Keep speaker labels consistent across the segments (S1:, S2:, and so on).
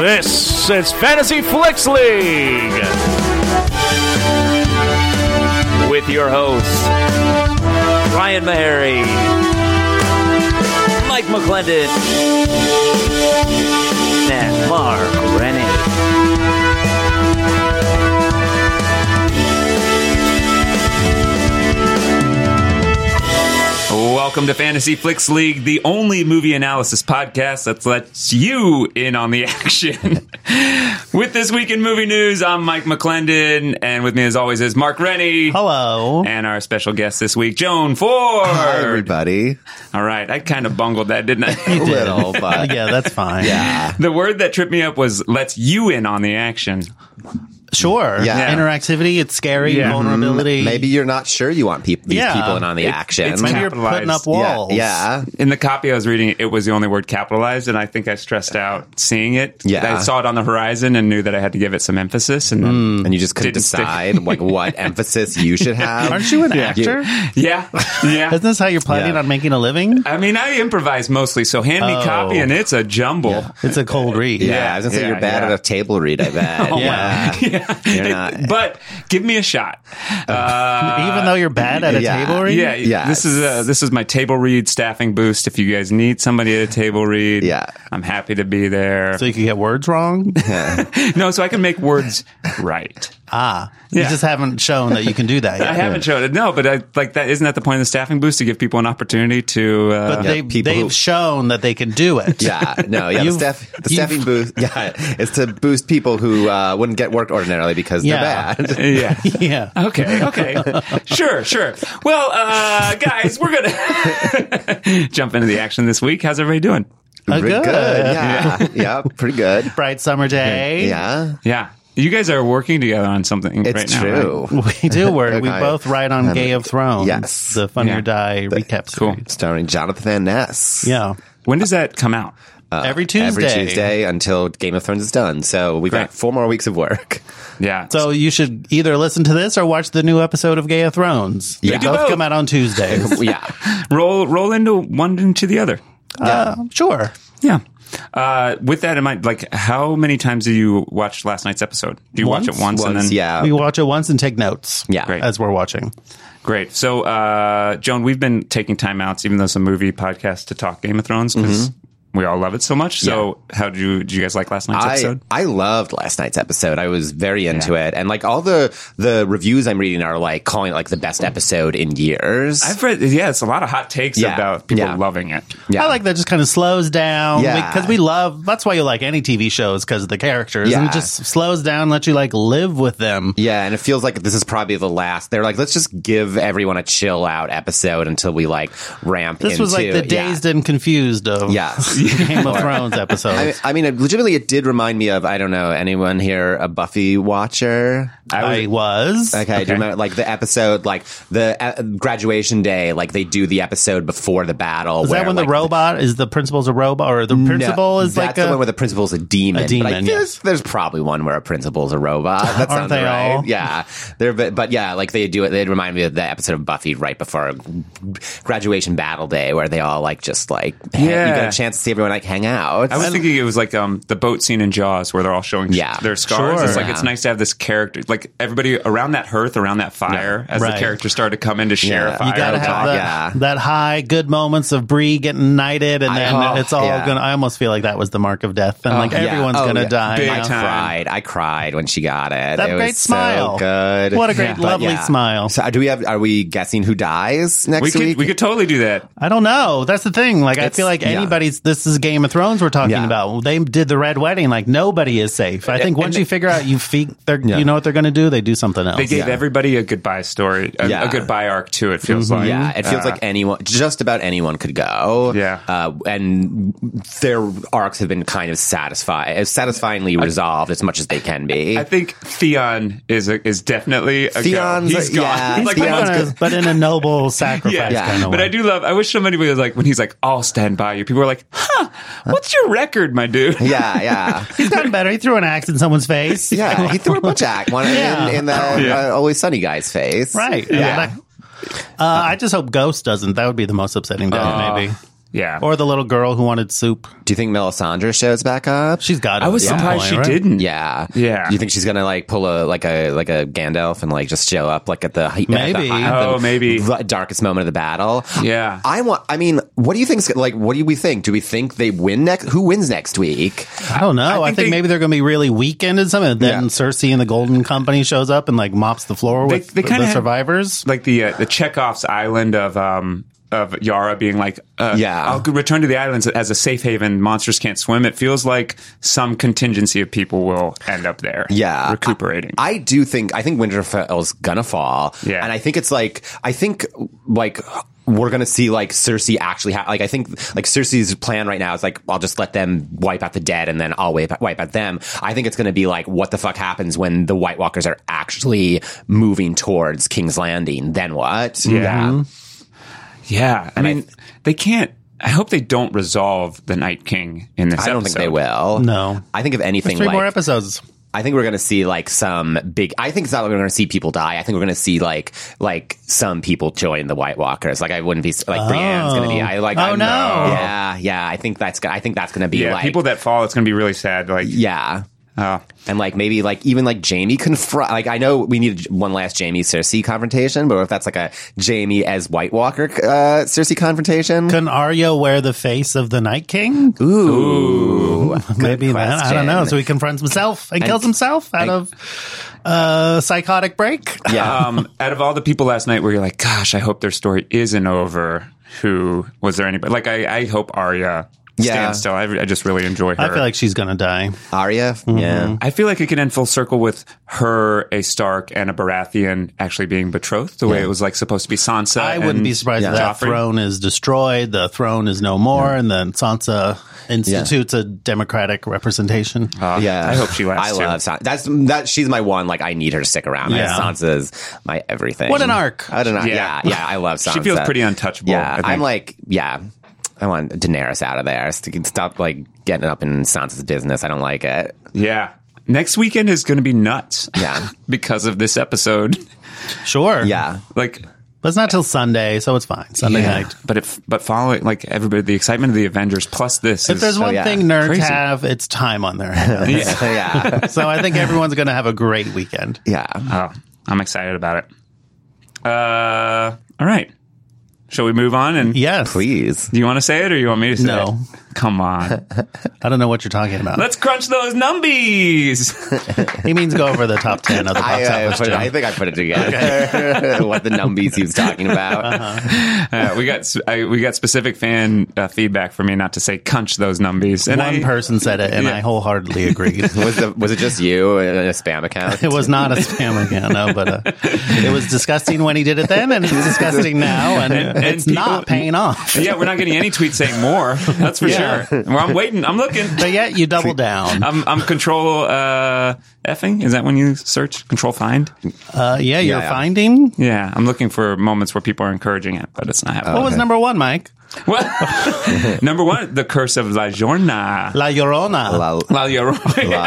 S1: This is Fantasy Flicks League with your hosts, Ryan Mahary, Mike McClendon, and Mark Rennie.
S2: Welcome to Fantasy Flicks League, the only movie analysis podcast that lets you in on the action. with this week in movie news, I'm Mike McClendon, and with me as always is Mark Rennie.
S3: Hello.
S2: And our special guest this week, Joan Ford.
S4: Hi, everybody.
S2: All right, I kind of bungled that, didn't
S4: A
S2: I?
S4: little, but
S3: yeah, that's fine.
S4: yeah.
S2: the word that tripped me up was "lets you in on the action."
S3: Sure.
S4: Yeah. Mm-hmm.
S3: Interactivity, it's scary,
S2: Yeah.
S3: vulnerability.
S4: Maybe you're not sure you want peop these
S3: Yeah.
S4: people in on the
S2: It-
S4: action.
S2: it's
S3: Maybe you're
S2: capitalized.
S3: putting up
S4: yeah,
S3: walls.
S4: yeah.
S2: In the copy I was reading, it was the only word capitalized, and I think I stressed out seeing it.
S4: Yeah.
S2: I saw it on the horizon and knew that I had to give it some emphasis, and then.
S4: And you just couldn't
S2: Didn't stick.
S4: decide like what emphasis you should have.
S3: Aren't you an
S4: Yeah.
S3: actor?
S2: Yeah, yeah.
S3: Isn't this how you're planning
S4: Yeah.
S3: on making a living?
S2: I mean, I improvise mostly, so hand me
S3: Oh.
S2: copy and it's a jumble.
S3: It's a cold read.
S4: Yeah, I was gonna say
S2: Yeah,
S4: you're bad
S2: yeah.
S4: at a table read. I
S3: Oh,
S2: Oh,
S4: bet.
S3: Yeah.
S4: yeah. You're not.
S2: But give me a shot. Uh,
S3: Even though you're bad at a
S4: yeah.
S3: table read?
S2: yeah,
S4: Yes.
S2: this is uh this is my table read staffing boost. If you guys need somebody at a table read,
S4: Yeah.
S2: I'm happy to be there.
S3: So you can get words wrong?
S2: no, so I can make words right.
S3: ah. You
S2: Yeah.
S3: just haven't shown that you can do that yet.
S2: I haven't shown it. No, but I, like that isn't that the point of the staffing boost to give people an opportunity to. Uh,
S3: But they,
S4: people
S3: they've
S4: who-
S3: shown that they can do it.
S4: Yeah, no, yeah. The,
S3: You've-
S4: staff, the
S3: you've-
S4: staffing boost, yeah, it's to boost people who uh, wouldn't get work ordinarily because
S3: Yeah.
S4: they're bad.
S2: yeah.
S3: Yeah.
S2: Okay, okay. sure, sure. Well, uh, guys, we're going to jump into the action this week. How's everybody doing?
S3: Uh,
S4: Pretty
S3: good.
S4: Yeah. yeah, pretty good.
S3: Bright summer day.
S4: Yeah,
S2: Yeah. You guys are working together on something
S4: it's
S2: right now. right?
S4: true.
S3: We do work. We
S4: Okay.
S3: both write on Gay of Thrones.
S4: Yes.
S3: The Fun
S2: Yeah.
S3: or Die recap series.
S2: Cool.
S4: Starring Jonathan Ness.
S3: Yeah.
S2: When does that come out?
S3: every Tuesday.
S4: Uh, every Tuesday until Game of Thrones is done. So we've
S2: Great.
S4: got four more weeks of work.
S2: Yeah.
S3: So you should either listen to this or watch the new episode of Game of Thrones. They
S4: Yeah.
S3: both,
S2: both.
S3: come out on Tuesdays.
S4: yeah.
S2: roll roll into one into the other.
S3: uh, sure.
S2: Yeah. Uh, with that in mind, like how many times do you watch last night's episode? Do you watch it once, and then
S4: Once, yeah.
S3: we watch it once and take notes.
S4: Yeah. Great.
S3: As we're watching.
S2: Great. So, uh, Joan, we've been taking timeouts, even though it's a movie podcast, to talk Game of Thrones because we all love it so much. So, how did you did you guys like last night's
S4: Mm-hmm. I,
S2: episode?
S4: I loved last night's episode. I was very into it. And like all the the reviews I'm reading are like calling it like the best episode in years.
S2: I've read, yeah, it's a lot of hot takes
S4: Yeah.
S2: about people
S4: Yeah.
S2: loving it.
S4: yeah.
S3: I like that. Just kind of slows down.
S4: Yeah.
S3: Because we love. That's why you like any TV shows because of the characters. And
S4: Yeah.
S3: it just slows down, lets you like live with them.
S4: yeah, and it feels like this is probably the last. They're like, let's just give everyone a chill out episode until we like ramp.
S3: This was like
S4: into-
S3: the
S4: yeah.
S3: dazed and confused of
S4: Yes.
S3: the Game of Thrones episodes.
S4: I, I mean, it- legitimately, it did remind me of I don't know anyone here a Buffy watcher.
S3: I was.
S4: Okay, do
S2: Okay.
S4: you remember like the episode, like the uh, graduation day, like they do the episode before the battle.
S3: Is that when
S4: like,
S3: the robot is the principal's a robot or the principal is
S4: that's
S3: like
S4: the
S3: a
S4: one where the principal's a demon.
S3: a
S4: but I
S3: demon,
S4: think there's, there's probably one where a principal's a robot.
S3: Aren't
S4: That sounds
S3: they
S4: right.
S3: all?
S4: Yeah, they're but, but yeah, like they do it. They remind me of the episode of Buffy right before graduation battle day, where they all like just like hang-
S2: Yeah.
S4: you get a chance to see everyone like hang out.
S2: I was thinking it was like um, the boat scene in Jaws where they're all showing
S4: Yeah.
S2: their scars.
S3: Sure.
S2: It's like it's
S4: Yeah.
S2: nice to have this character, like everybody around that hearth, around that fire, as the
S3: Right.
S2: characters start to come in to share
S4: Yeah.
S2: a fire.
S3: You gotta
S2: and
S3: have
S2: talk.
S3: that,
S4: yeah.
S3: that high, good moments of Bree getting knighted, and then
S4: oh,
S3: it's all
S4: yeah.
S3: gonna. I almost feel like that was the mark of death, and like
S4: yeah.
S3: everyone's
S4: Oh,
S3: gonna
S4: yeah.
S3: die.
S2: Big
S3: now.
S4: I
S2: time.
S4: cried. I cried when she got it.
S3: That
S4: it
S3: great
S4: was
S3: smile.
S4: So good.
S3: What a great,
S4: But
S3: lovely smile.
S4: So uh, do we have? Are we guessing who dies next
S2: We could,
S4: week?
S2: we could totally do that.
S3: I don't know. That's the thing. Like I
S4: It's-
S3: feel like
S4: yeah.
S3: anybody's. This is Game of Thrones we're talking
S4: Yeah.
S3: about. They did the red wedding. Like nobody is safe. I think once you figure out you fe- they're, you know what they're gonna do, they do something else.
S2: They gave
S4: Yeah.
S2: everybody a goodbye story, a,
S4: Yeah. Mm-hmm.
S2: a goodbye arc too. It feels like
S4: yeah, it feels
S2: Uh,
S4: like anyone, just about anyone could go.
S2: Yeah.
S4: uh, and their arcs have been kind of satisfi- uh, satisfyingly resolved as much as they can be.
S2: I think Theon is a, is definitely a go.
S4: Theon's-
S2: He's gone.
S4: yeah,
S3: He's
S2: like
S4: Theon's
S2: Theon's
S3: gonna-
S2: gone.
S3: but in a noble sacrifice
S2: Yeah,
S3: kind of
S2: but
S3: way.
S2: I do love. I wish somebody was like when he's like, "I'll stand by you." People are like, "Huh? What's your record, my dude?"
S4: yeah, yeah.
S3: He's gotten better. He threw an axe in someone's face.
S4: Yeah, he threw a bunch at one
S3: Yeah.
S4: in, in the
S2: Yeah.
S4: uh, Always Sunny guy's face.
S3: Right.
S4: Yeah.
S3: Uh, I just hope Ghost doesn't. That would be the most upsetting death, maybe.
S2: Yeah.
S3: Or the little girl who wanted soup.
S4: Do you think Melisandre shows back up?
S3: She's got.
S2: I was surprised she didn't.
S4: Yeah,
S2: Mm. Yeah.
S4: Do you think she's gonna like pull a like a like a Gandalf and like just show up like at the at the-
S3: Maybe.
S4: at the
S2: Oh, maybe.
S4: the darkest moment of the battle?
S2: Yeah.
S4: I want. I mean, what do you think's Like, what do we think? Do we think they win next? Who wins next week?
S3: I don't know. I think,
S2: think they-
S3: maybe they're going to be really weakened and something. And then
S4: Yeah.
S3: Cersei and the Golden Company shows up and like mops the floor
S2: They-
S3: with
S2: they
S3: the,
S2: kinda had-
S3: survivors.
S2: like the uh, the Chekhov's island of um of Yara being like, uh,
S4: Yeah.
S2: I'll return to the islands as a safe haven. Monsters can't swim. It feels like some contingency of people will end up there.
S4: Yeah.
S2: recuperating.
S4: I do think I think Winterfell's gonna fall.
S2: Yeah.
S4: and I think it's like I think like we're gonna see like Cersei actually ha- like I think like Cersei's plan right now is like I'll just let them wipe out the dead and then I'll wipe wipe out them. I think it's gonna be like what the fuck happens when the White Walkers are actually moving towards King's Landing? Then what?
S2: yeah,
S4: mm-hmm.
S2: yeah. I mean, they can't. I hope they don't resolve the Night King in this.
S4: I don't think they
S2: episode.
S4: will.
S3: No.
S4: I think if anything,
S3: Three
S4: like,
S3: more episodes.
S4: I think we're going to see like some big. I think it's not like we're going to see people die. I think we're going to see like like some people join the White Walkers. Like I wouldn't be like Brienne's going to be. I like.
S3: Oh,
S4: I'm-
S3: no.
S4: Yeah, yeah. I think that's. gonna- I think that's going to be
S2: Yeah,
S4: like
S2: people that fall, it's going to be really sad. Like,
S4: Yeah.
S2: uh,
S4: And like maybe like even like Jamie confront like I know we need one last Jamie Cersei confrontation, but if that's like a Jamie as White Walker uh, Cersei confrontation,
S3: Can Arya wear the face of the Night King?
S4: ooh,
S3: Maybe that. I don't know.
S4: question.
S3: So he confronts himself and, kills himself out
S4: and-
S3: of uh, psychotic break.
S4: yeah,
S2: um, out of all the people last night, where you're like, gosh, I hope their story isn't over. Who was there anybody? Like, I, I hope Arya
S4: Yeah.
S2: stands still. I, I just really enjoy her.
S3: I feel like she's going to die.
S4: Arya,
S3: Mm-hmm.
S4: yeah.
S2: I feel like it could end full circle with her, a Stark, and a Baratheon actually being betrothed the way it was like supposed to be Sansa.
S4: Uh,
S3: I wouldn't
S2: and
S3: be surprised if that
S2: Joffrey.
S3: throne is destroyed, the throne is no more, and then Sansa institutes a democratic representation.
S2: Uh,
S4: Yeah,
S2: I hope she lasts.
S4: I
S2: too.
S4: love Sansa. That's that. She's my one. Like I need her to stick around.
S3: Yeah.
S4: Yeah. Sansa's my everything.
S3: What an arc.
S4: What an arc.
S2: Yeah.
S4: Yeah, yeah. I love Sansa.
S2: She feels pretty untouchable. I
S4: Yeah,
S2: think.
S4: I'm like, yeah. I want Daenerys out of there. So you can Stop like getting up in Sansa's business. I don't like it.
S2: yeah. Next weekend is going to be nuts.
S4: Yeah.
S2: because of this episode.
S3: Sure.
S4: Yeah.
S2: Like,
S3: But it's not till Sunday, so it's fine. Sunday
S4: Yeah.
S3: night.
S2: but if but following like everybody, the excitement of the Avengers plus this.
S3: If
S2: is-
S3: there's one
S4: yeah.
S3: thing nerds
S2: Crazy.
S3: have, it's time on their hands.
S4: Yeah. yeah.
S3: so I think everyone's going to have a great weekend.
S4: Yeah.
S2: Oh, I'm excited about it. Uh, all right. Shall we move on? And
S3: Yes.
S4: Please.
S2: do you want to say it or you want me to say it?
S3: No.
S2: Come on.
S3: I don't know what you're talking about.
S2: Let's crunch those numbies.
S3: he means go over the top 10 of the box
S4: I, uh, I,
S3: office.
S4: put it,
S3: Jim.
S4: I think I put it together. what the numbies he was talking about.
S2: Uh, we got I, we got specific fan uh, feedback for me not to say crunch those numbies. And
S3: One
S2: I,
S3: person said it, and
S2: Yeah.
S3: I wholeheartedly agreed.
S4: Was, the, was it just you in a spam account?
S3: It was not a spam account, no, but uh, it was disgusting when he did it then, and it's disgusting now, and,
S2: and
S3: it's
S2: people-
S3: not paying off.
S2: Yeah, we're not getting any tweets saying more. That's for
S3: Yeah.
S2: sure. Well, I'm waiting. I'm looking.
S3: But yet you double down.
S2: I'm I'm control uh, effing. Is that when you search control find?
S3: Uh, yeah, you're
S4: yeah.
S3: finding. What
S2: Yeah, I'm looking for moments where people are encouraging it, but it's not happening.
S3: was number one, Mike?
S2: Well, number one, the curse of La Jorna.
S3: La Llorona. Oh,
S4: La-
S2: La Llorona.
S4: La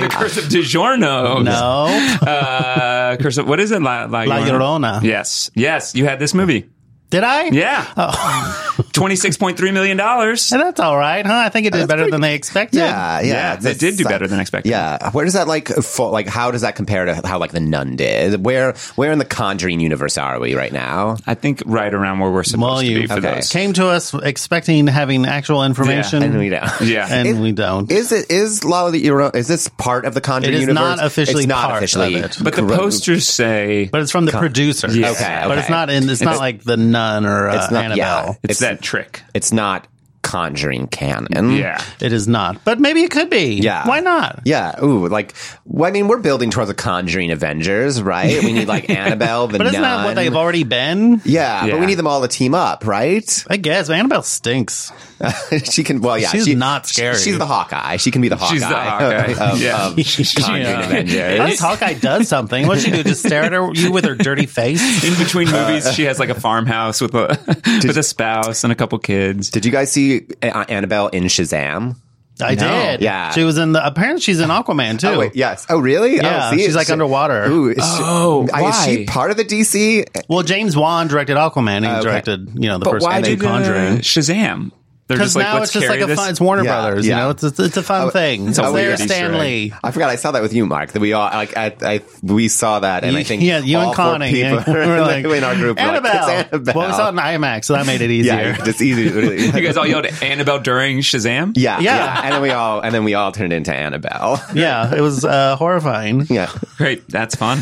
S2: the curse of DiGiorno.
S3: no.
S2: Uh, curse of, what is it? La, La,
S3: La Llorona.
S2: Yes. Yes. You had this movie.
S3: Did I?
S2: Yeah. $26.3 million.
S3: And that's all right, huh? I think it did better than they expected.
S4: Yeah, yeah,
S2: Yeah, they
S4: That's-
S2: did do better than expected.
S4: Yeah, where does that like fall, like how does that compare to how like the Nun did? Where where in the Conjuring universe are we right now?
S2: I think right around where we're supposed
S3: Well,
S2: to be
S3: you
S2: for
S4: okay.
S2: those.
S3: came to us expecting having actual information,
S4: And we don't.
S2: Yeah.
S3: and
S4: It-
S3: we don't.
S4: Is it is Lala the Euro? Is this part of the Conjuring
S3: It is
S4: universe?
S3: not officially
S4: It's not
S3: part
S4: officially,
S3: of it.
S2: but the
S4: correct.
S2: posters say
S3: but it's from the producer.
S2: Yeah.
S4: Okay,
S3: But
S4: okay.
S3: it's not in. It's not like the nun or uh,
S4: It's not-
S3: Annabelle.
S4: yeah.
S2: it's,
S4: it's-
S2: that trick.
S4: It's not Conjuring canon.
S2: Yeah.
S3: It is not. But maybe it could be.
S4: Yeah.
S3: Why not?
S4: Yeah. Ooh, like, well, I mean, we're building towards a Conjuring Avengers, right? We need like Annabelle, the
S3: But isn't
S4: Nun.
S3: that what they've already been?
S4: yeah,
S2: Yeah.
S4: but we need them all to team up, right?
S3: I guess but Annabelle stinks.
S4: she can. Well, yeah,
S3: She's not scary.
S4: She's the Hawkeye. She can be the Hawkeye.
S2: She's the Hawkeye.
S4: of,
S2: Yeah.
S4: of Conjuring
S3: Yeah.
S4: Avengers.
S3: Unless Hawkeye does something, what'd she do? Just stare at her, you with her dirty face?
S2: In between movies, she has like a farmhouse with a with a spouse and a couple kids.
S4: uh, Did you guys see A- Annabelle in Shazam?
S3: I
S4: No.
S3: did.
S4: Yeah.
S3: She was in the, apparently she's in Aquaman too.
S4: Oh, wait, yes. Oh, really?
S3: Yeah,
S4: oh, see,
S3: she's,
S4: it's-
S3: like, underwater.
S4: Ooh, is
S2: Oh,
S4: she, I- is
S2: why?
S4: she part of the DC?
S3: Well, James Wan directed Aquaman and he
S4: Oh, okay.
S3: directed, you know, the
S2: But
S3: first
S2: why
S3: one,
S2: did
S3: The
S2: uh,
S3: Conjuring.
S2: Shazam? They're
S3: Because
S2: just like,
S3: now
S2: let's
S3: it's just
S2: carry
S3: like a
S2: this.
S3: fun, it's Warner
S4: Yeah,
S3: Brothers,
S4: yeah. Oh,
S3: you know, it's, it's, it's a fun thing.
S2: it's a weird
S3: Sarah
S2: Easter egg.
S3: Stanley.
S4: I forgot I saw that with you, Mark. That we all like I, I we saw that, and I think
S3: yeah, you
S4: all
S3: and
S4: four
S3: Connie
S4: people
S3: yeah. We're like,
S4: in our group, were like,
S3: Annabelle.
S4: "It's Annabelle."
S3: Well, we saw it in IMAX, so that made it easier.
S4: yeah, it's easy.
S2: You guys all yelled Annabelle during Shazam?
S4: yeah,
S3: Yeah.
S4: yeah, and then we all and then we all turned into Annabelle.
S3: Yeah, it was uh, horrifying.
S4: yeah.
S2: Great. That's fun.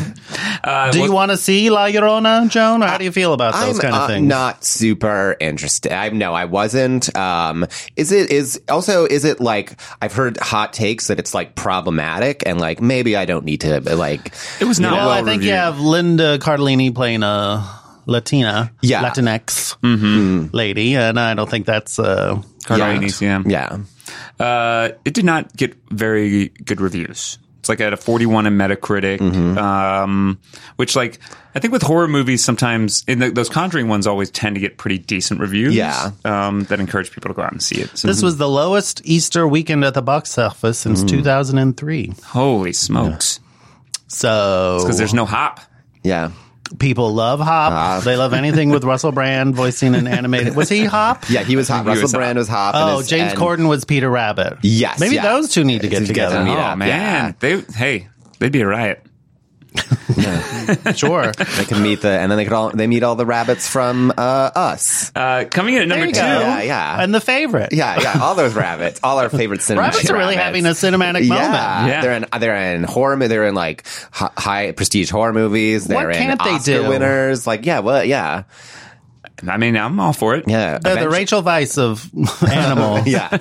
S2: Uh,
S3: Do
S2: well,
S3: you want to see La Llorona, Joan, or how do you feel about those
S4: I'm
S3: kind of
S4: uh,
S3: things?
S4: not super interested. I no, I wasn't. Um, is it is also is it like I've heard hot takes that it's like problematic and like maybe I don't need to like
S2: It was not
S3: well,
S2: well,
S3: I think
S2: reviewed.
S3: you have Linda Cardellini playing a Latina,
S4: Yeah. Mm-hmm.
S3: Latinx lady, and I don't think that's uh,
S2: Cardellini's, yeah.
S4: yeah.
S2: Uh, it did not get very good reviews. It's like at a 41 in Metacritic,
S4: Mm-hmm.
S2: um, which like I think with horror movies sometimes in the, those Conjuring ones always tend to get pretty decent reviews.
S4: Yeah.
S2: um, that encourage people to go out and see it. So,
S3: This was the lowest Easter weekend at the box office since
S4: Mm.
S3: 2003.
S2: holy smokes,
S3: So
S2: because there's no hop.
S4: Yeah.
S3: people love Hop. they love anything with Russell Brand voicing an animated. Was he Hop?
S4: Yeah, he was hot. Russell
S2: was hot.
S4: Brand was hot. and
S3: Oh,
S4: his-
S3: James
S4: and-
S3: Corden was Peter Rabbit.
S4: Yes,
S3: Maybe
S4: yeah.
S3: those two need to get
S4: Get them
S3: together.
S4: meet
S2: Oh
S4: up, yeah.
S2: man, they hey, they'd be a riot.
S3: Sure.
S4: They can meet the and then they could all they meet all the rabbits from uh, us.
S2: Uh, coming in at number
S3: There you
S2: two,
S3: go.
S4: Yeah, yeah.
S3: And the favorite.
S4: Yeah, yeah, all those rabbits, all our favorite cinematic
S3: Rabbits are really having a cinematic
S4: yeah,
S3: moment.
S2: Yeah.
S4: they're in they're in horror. mo- They're in like hi- high prestige horror movies. They're in
S3: can't they
S4: Oscar
S3: do?
S4: winners. Like yeah, well yeah,
S2: I mean, I'm all for it.
S4: yeah.
S3: They're the Rachel Vice of animal.
S4: yeah,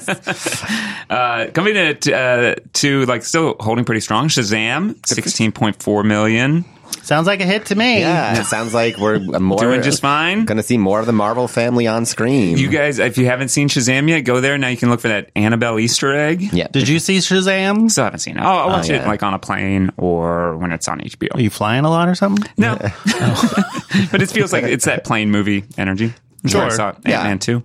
S2: Uh, coming in at uh, two, like still holding pretty strong. Shazam, 16.4 million.
S3: Sounds like a hit to me.
S4: yeah. It sounds like we're more
S2: Doing just fine.
S4: Going to see more of the Marvel family on screen.
S2: You guys, if you haven't seen Shazam yet, go there. Now you can look for that Annabelle Easter egg.
S4: yeah, Oh,
S3: Did you see Shazam?
S2: Still haven't seen it. I'll, I'll watch it
S4: yeah.
S2: like on a plane or when it's on HBO.
S3: Are you flying a lot or something?
S2: No. but it feels like it's that plane movie energy. That's where I
S3: Sure.
S2: saw it.
S4: Yeah.
S2: Ant-Man 2.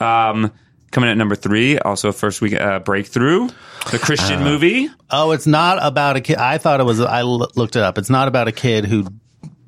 S2: Um, coming in at number three, also first week uh, breakthrough, the
S4: Uh,
S2: Christian movie.
S3: Oh, it's not about a kid. I thought it was. I l- looked it up. It's not about a kid who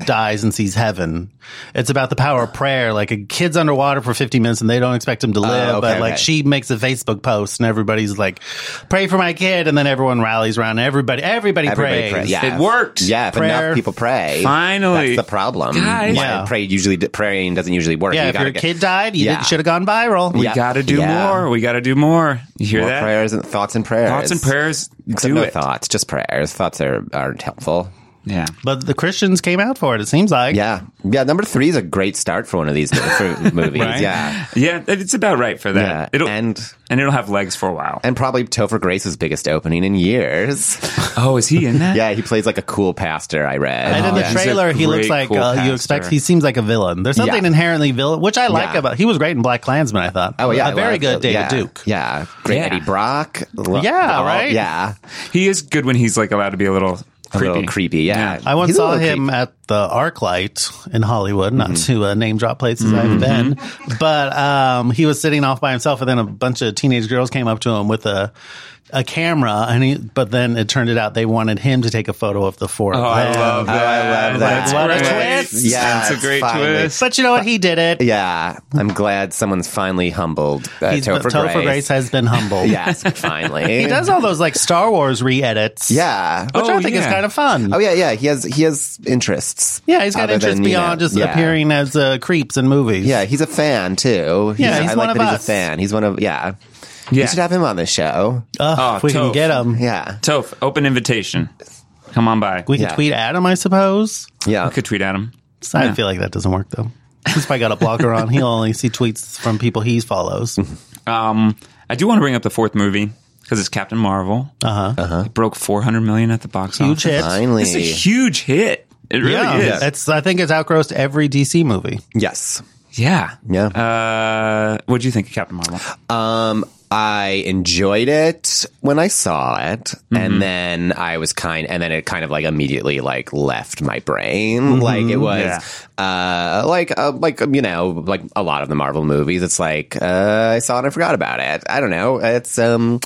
S3: dies and sees heaven. It's about the power of prayer. Like a kid's underwater for 50 minutes and they don't expect him to live,
S4: Oh, okay,
S3: but like
S4: okay.
S3: she makes a Facebook post and everybody's like, "Pray for my kid," and then everyone rallies around. Everybody, everybody,
S4: Everybody
S3: prays.
S4: pray. Yeah,
S2: It worked.
S4: Yeah, if
S3: Prayer.
S4: enough people pray,
S2: Finally.
S4: that's the problem.
S2: Guys.
S4: Why
S3: Yeah.
S4: pray usually praying doesn't usually work.
S3: Yeah,
S4: You
S3: if
S4: gotta
S3: your
S4: get-
S3: kid died, you
S4: Yeah.
S3: should have gone viral.
S2: We
S4: Yeah.
S2: got to do
S4: Yeah.
S2: more. We got to do more. You hear
S4: More
S2: that?
S4: prayers and thoughts and prayers.
S2: Thoughts and prayers.
S4: Except
S2: do
S4: no
S2: it.
S4: thoughts, just prayers. Thoughts are aren't helpful.
S2: Yeah.
S3: But the Christians came out for it. It seems like.
S4: Yeah, yeah. Number three is a great start for one of these for movies.
S3: Right.
S4: Yeah,
S2: Yeah, it's about right for that.
S4: yeah.
S2: It'll and,
S4: and
S2: it'll have legs for a while.
S4: and probably Topher Grace's biggest opening in years.
S2: oh, is he in that?
S4: yeah, he plays like a cool pastor. I read.
S3: And in the
S4: yeah.
S2: he's a
S3: trailer, he looks
S2: great,
S3: like
S2: cool
S3: uh, you
S2: pastor.
S3: expect. He seems like a villain. There's something
S4: Yeah.
S3: inherently villain, which I like
S4: Yeah.
S3: about. He was great in Black Klansman. I thought.
S4: Oh yeah, I
S3: a very
S4: love-
S3: good David
S4: yeah,
S3: Duke.
S4: Yeah, great
S2: Yeah.
S4: Eddie Brock. Lo-
S3: Yeah,
S4: all-
S3: right?
S4: Yeah,
S2: He is good when he's like allowed to be a little
S4: a
S2: creepy.
S4: little creepy. Yeah,
S3: I once
S4: He's a
S3: saw
S4: little Mm-hmm.
S3: him
S4: creepy.
S3: at the ArcLight in Hollywood, not to uh, name drop places
S4: Mm-hmm.
S3: I've been, but um, he was sitting off by himself, and then a bunch of teenage girls came up to him with a a camera, and he. But then it turned it out they wanted him to take a photo of the four.
S2: Oh, I love
S4: Oh,
S2: that.
S4: I love that.
S2: That's
S3: What a
S2: great.
S3: twist.
S4: Yeah,
S2: That's a
S4: it's
S2: great
S4: finally-
S2: twist.
S3: But you know what? He did it.
S4: Yeah, I'm glad someone's finally humbled uh,
S3: He's,
S4: Topher,
S3: Topher Grace.
S4: Grace.
S3: has been humbled.
S4: yes, finally.
S3: He does all those like Star Wars re-edits.
S4: Yeah.
S3: which
S2: Oh,
S3: I think is
S2: yeah.
S3: kind of fun.
S4: Oh yeah, yeah. He has he has interests.
S3: yeah, he's got
S4: Other
S3: interests
S4: than, you know,
S3: beyond just
S4: yeah.
S3: appearing as uh, creeps in movies.
S4: Yeah, he's a fan too.
S3: Yeah, he's
S4: I
S3: one
S4: like
S3: of
S4: that
S3: us.
S4: he's a fan. He's one of yeah.
S2: Yeah.
S4: You should have him on the show.
S3: Ugh,
S2: Oh,
S3: if we can
S2: Toph.
S3: get him.
S4: Yeah.
S2: Toph, open invitation. Come on by.
S3: We can
S4: Yeah.
S3: tweet at him, I suppose.
S4: Yeah.
S2: could tweet at him.
S3: I feel like that doesn't work though. He's probably got a blocker on. He'll only see tweets from people he follows.
S2: Um, I do want to bring up the fourth movie because it's Captain Marvel. Uh huh. Uh-huh. It broke 400 million at the box
S3: Huge
S2: office.
S3: hit.
S4: Finally.
S2: It's a huge hit. It really
S3: yeah,
S2: is.
S3: it's. I think it's outgrossed every DC movie.
S4: yes.
S2: yeah.
S4: Yeah.
S2: Uh, what do you think of Captain Marvel?
S4: Um I enjoyed it when I saw it, and then I was kind, and then it kind of like immediately like left my brain. Like it was, uh, like uh, like um, you know, like a lot of the Marvel movies. It's like uh, I saw it, and I forgot about it. I don't know. It's um,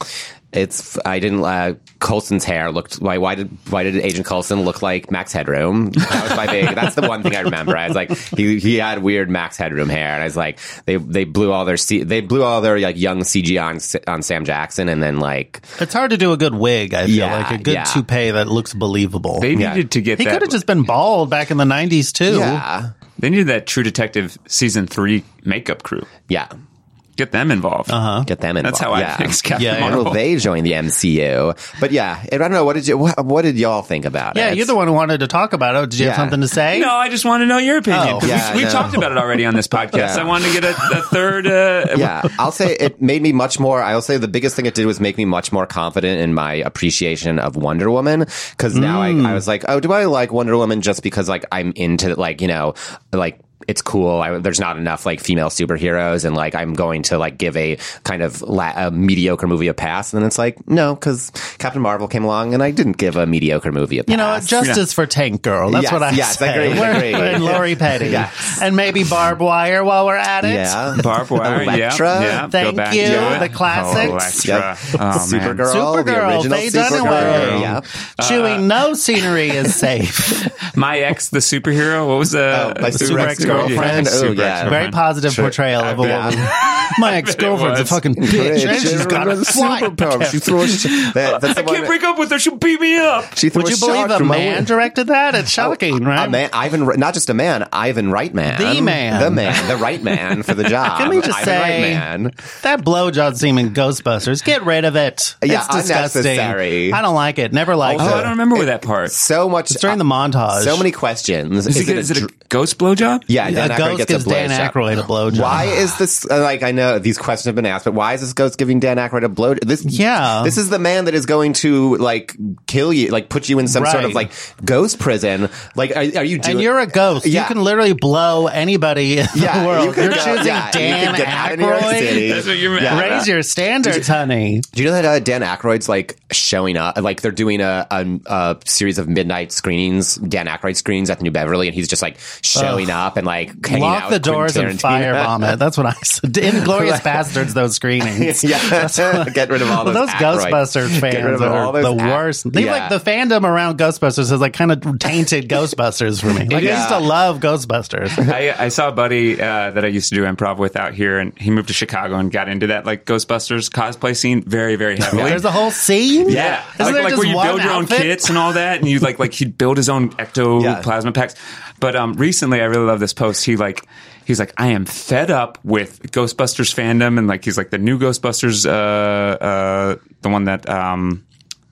S4: it's I didn't. Uh, Colson's hair looked. Why? Why did? Why did Agent Colson look like Max Headroom? That was my big. that's the one thing I remember. I was like, he, he had weird Max Headroom hair, and I was like, they they blew all their C, they blew all their like young CG on S- on Sam Jackson, and then like
S3: It's hard to do a good wig. I feel
S4: Yeah,
S3: like a good
S4: yeah.
S3: toupee that looks believable.
S2: They
S4: Yeah.
S2: needed to get
S3: he could
S2: that.
S3: have just been bald back in the '90s too.
S4: yeah
S2: they needed that True Detective season three makeup crew.
S4: yeah
S2: Get them involved. Uh
S4: get them involved.
S2: That's how
S4: yeah.
S2: I fix Captain
S3: Uh-huh. Yeah, yeah.
S2: Marvel.
S4: Well, they joined the MCU, but yeah, I don't know. What did you? What, what did y'all think about
S3: Yeah,
S4: it?
S3: you're the one who wanted to talk about it. Did you have
S4: Yeah.
S3: something to say?
S2: No, I just want to know your opinion.
S3: Oh.
S2: 'cause
S4: Yeah,
S2: we we
S4: no.
S2: talked about it already on this podcast.
S4: Yeah.
S2: I wanted to get a, a third. Uh,
S4: yeah, I'll say it made me much more. I'll say the biggest thing it did was make me much more confident in my appreciation of Wonder Woman because now
S3: Mm.
S4: I, I was like, oh, do I like Wonder Woman just because like I'm into like you know like. It's cool. I, there's not enough like female superheroes, and like I'm going to like give a kind of la- a mediocre movie a pass. And then it's like no, because Captain Marvel came along, and I didn't give a mediocre movie a pass.
S3: You know, justice for Tank Girl. That's
S4: Yes,
S3: what I
S4: yes,
S3: say.
S4: agreed,
S3: we're,
S4: agreed.
S3: we're in Lori Petty,
S4: Yes.
S3: and maybe Barb Wire while we're at it.
S4: yeah,
S2: Barbed wire.
S4: Electra.
S2: Yeah, yeah.
S3: Thank
S2: go back
S3: you,
S2: To it.
S3: the classics.
S2: Electra. Oh,
S4: Yep.
S2: man.
S4: Supergirl, the
S3: Supergirl,
S4: original
S3: Faye
S4: Supergirl.
S3: Dunaway.
S4: Yeah.
S3: Chewing
S2: Uh,
S3: no scenery is safe.
S2: My ex, the superhero. What was the
S4: Oh, my super ex-girlfriend.
S2: Yeah,
S4: Oh,
S2: super
S4: yeah.
S2: ex-girlfriend.
S3: Very positive portrayal of a
S2: bet.
S3: woman. My ex girlfriend's a
S2: was.
S3: fucking bitch, and she's got a fly.
S4: superpower. She throws. That, that's the
S2: I can't
S4: one-
S2: break up with her. She'll beat me up.
S4: She threw
S3: Would
S4: a
S3: you believe
S4: shock
S3: a
S4: through my
S3: man
S4: window.
S3: directed that? It's shocking, right?
S4: A man, Ivan, not just a man, Ivan Wright man,
S3: The man.
S4: the man, the right man for the job.
S3: Can we just
S4: Ivan
S3: say-
S4: Wright man?
S3: That blowjob scene in Ghostbusters. Get rid of it.
S4: Yeah,
S3: it's disgusting.
S4: unnecessary.
S3: I don't like it. Never liked
S2: Oh,
S3: it.
S2: I don't remember where that part. Is,
S4: So much uh,
S3: It's during the montage.
S4: So many questions.
S2: it,
S4: a
S2: is it a
S4: dr-
S2: ghost blowjob?
S4: yeah? Dan
S3: a
S4: Aykroyd
S3: ghost
S4: gets a
S3: gives Dan
S4: blowjob.
S3: Aykroyd a blowjob.
S4: Why is this uh, like I know these questions have been asked, but why is this ghost giving Dan Aykroyd a blow? This
S3: Yeah.
S4: this is the man that is going to like kill you, like put you in some sort of
S3: Right.
S4: like ghost prison. Like, are, are you doing?
S3: And you're a ghost.
S4: Yeah.
S3: You can literally blow anybody in the
S4: yeah,
S3: world.
S4: you
S3: You
S4: could
S3: are
S4: go-
S3: choosing
S4: yeah, you
S3: Dan
S4: could get out of New York City.
S3: Aykroyd.
S2: That's what you're
S4: Yeah.
S3: Raise your standards, honey.
S4: Do you know that uh, Dan Aykroyd's like showing up? Like they're doing a, a, a series of midnight screenings, Dan Aykroyd screenings at the New Beverly, and he's just like showing up and like hanging
S3: Lock
S4: out
S3: the
S4: with Quentin
S3: doors and
S4: Tarantino.
S3: firebomb it. That's what I said. Inglorious Bastards, those screenings.
S4: yeah, get rid of all
S3: Well,
S4: those,
S3: those
S4: Aykroyd.
S3: Ghostbusters
S4: Get rid
S3: fans
S4: of all
S3: are
S4: those
S3: the
S4: Ack-
S3: worst. They
S4: Yeah.
S3: like the fandom around Ghostbusters has like kind of tainted Ghostbusters for me. Like I
S4: Yeah.
S3: used to love Ghostbusters.
S2: I, I saw a buddy uh, that I used to do improv with out here, and he moved to Chicago and got into that like Ghostbusters cosplay scene very, very heavily.
S3: There's a whole scene.
S2: Yeah,
S3: Isn't
S2: like,
S3: there
S2: like
S3: just
S2: where you
S3: one
S2: build your own
S3: outfit?
S2: kits and all that, and you like like he'd build his own ectoplasma packs. But um, recently, I really love this post. He like he's like I am fed up with Ghostbusters fandom, and like he's like the new Ghostbusters, uh, uh, the one that um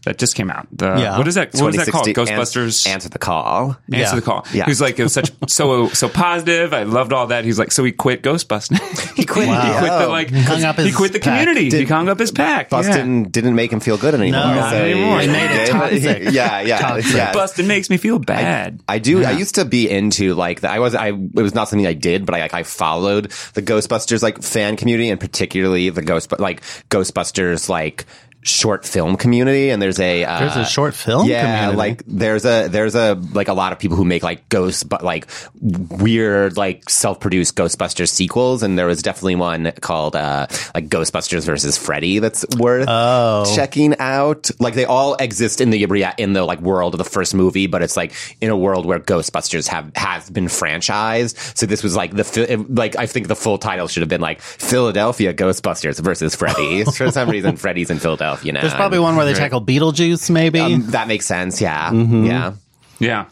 S2: that just came out. The
S3: Yeah.
S2: what is that? What is that called?
S4: 2016 ans-
S2: Ghostbusters.
S4: Answer the call.
S2: Answer
S3: Yeah.
S2: the call.
S4: Yeah.
S2: He was like, it was such so so positive. I loved all that. He's like, so he quit Ghostbusters. he quit. He
S3: Wow.
S2: quit the like.
S3: Hung up
S2: he
S3: his
S2: quit the
S3: pack.
S2: community. he hung up his pack. Yeah.
S4: Bustin didn't make him feel good anymore.
S3: No,
S2: not
S4: he-
S2: anymore. They
S3: made it toxic.
S4: yeah, yeah,
S3: Toxic.
S4: yeah.
S2: Busted makes me feel bad.
S4: I do. I used to be into like the, I was. I it was not something I did, but I like I followed the Ghostbusters like fan community and particularly the Ghost like Ghostbusters like short film community. And there's a uh,
S3: There's a short film
S4: yeah,
S3: community.
S4: like there's a there's a like a lot of people who make like ghost but like weird like self-produced Ghostbusters sequels, and there was definitely one called uh like Ghostbusters versus Freddy that's worth
S3: Oh,
S4: checking out. Like they all exist in the rea- in the like world of the first movie, but it's like in a world where Ghostbusters have has been franchised. So this was like the fi- like I think the full title should have been like Philadelphia Ghostbusters versus Freddy. For some reason, Freddy's in Philadelphia now.
S3: There's probably one where they tackle Beetlejuice, maybe.
S4: Um, that makes sense. Yeah. Yeah.
S2: Yeah.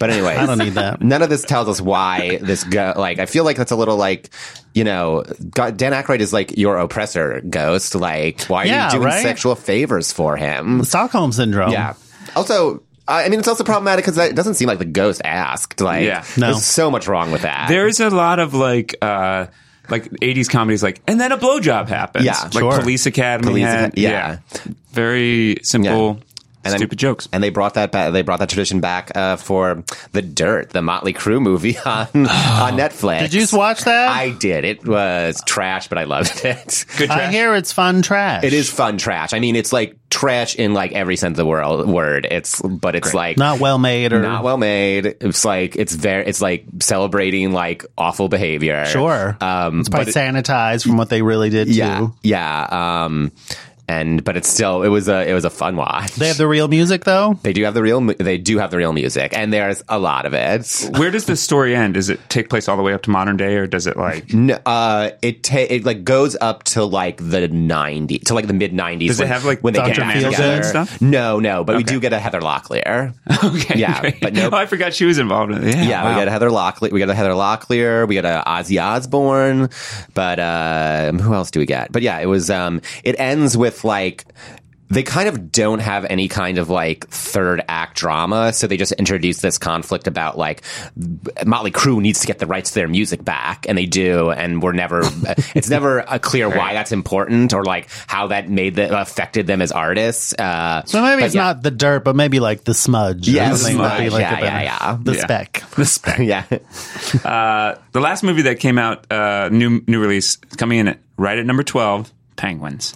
S4: But anyway,
S3: Mm-hmm. I don't need that.
S4: None of this tells us why this go. Like, I feel like that's a little like, you know, God, Dan Aykroyd is like your oppressor ghost. Like, why are
S3: Yeah,
S4: you doing
S3: right?
S4: sexual favors for him?
S3: Stockholm syndrome.
S4: Yeah. Also, I I mean, it's also problematic because it doesn't seem like the ghost asked. Like,
S2: Yeah.
S3: No.
S4: there's so much wrong with that.
S2: There is a lot of like uh like 80s comedies like and then a blowjob happens.
S4: Yeah,
S2: like
S3: sure.
S2: Police Academy.
S4: Police
S2: had-
S4: Acad- yeah.
S2: Very simple
S4: And
S2: Stupid jokes.
S4: And they brought that back. They brought that tradition back uh, for the Dirt, the Motley Crue movie on, on Netflix.
S3: Did you just watch that?
S4: I did. It was trash, but I loved it.
S2: Good
S3: I
S2: trash.
S3: hear it's fun trash.
S4: It is fun trash. I mean, it's like trash in like every sense of the world word. It's but it's like
S3: not well made or
S4: not well made. It's like it's very it's like celebrating like awful behavior.
S3: sure.
S4: Um,
S3: it's probably
S4: but it-
S3: sanitized from what they really did
S4: yeah,
S3: too.
S4: yeah. Um, and but it's still it was a it was a fun watch.
S3: They have the real music though.
S4: They do have the real mu- they do have the real music, and there's a lot of it.
S2: Where does this story end? Does it take place all the way up to modern day, or does it like
S4: No, uh, it ta- it like goes up to like the ninety to like the mid nineties.
S2: Does it have, like,
S4: when they
S2: Dr.
S4: get back
S3: Feelgood
S4: together.
S3: and
S2: stuff?
S4: No, no, but we
S2: Okay.
S4: do get a Heather Locklear.
S2: okay?
S4: Yeah,
S2: great.
S4: but no-
S2: Oh, I forgot she was involved in it. Yeah,
S4: Yeah,
S2: wow.
S4: we got a Heather Locklear. We got a Heather Locklear. We got a Ozzy Osbourne. But um, who else do we get? But yeah, it was. Um, it ends with like they kind of don't have any kind of like third act drama, so they just introduce this conflict about like Motley Crue needs to get the rights to their music back, and they do, and we're never. it's never uh, clear why that's important or like how that made them affected them as artists. Uh,
S3: So maybe
S4: but
S3: it's
S4: yeah.
S3: not the dirt, but maybe like the smudge. or
S4: Yeah, the
S3: something would be
S4: smudge.
S3: like
S4: Yeah,
S3: a better-
S4: yeah, yeah.
S3: The
S2: Yeah.
S3: speck.
S2: The spec.
S4: Yeah,
S2: Uh, the last movie that came out, uh, new new release, coming in at, right at number twelve, Penguins.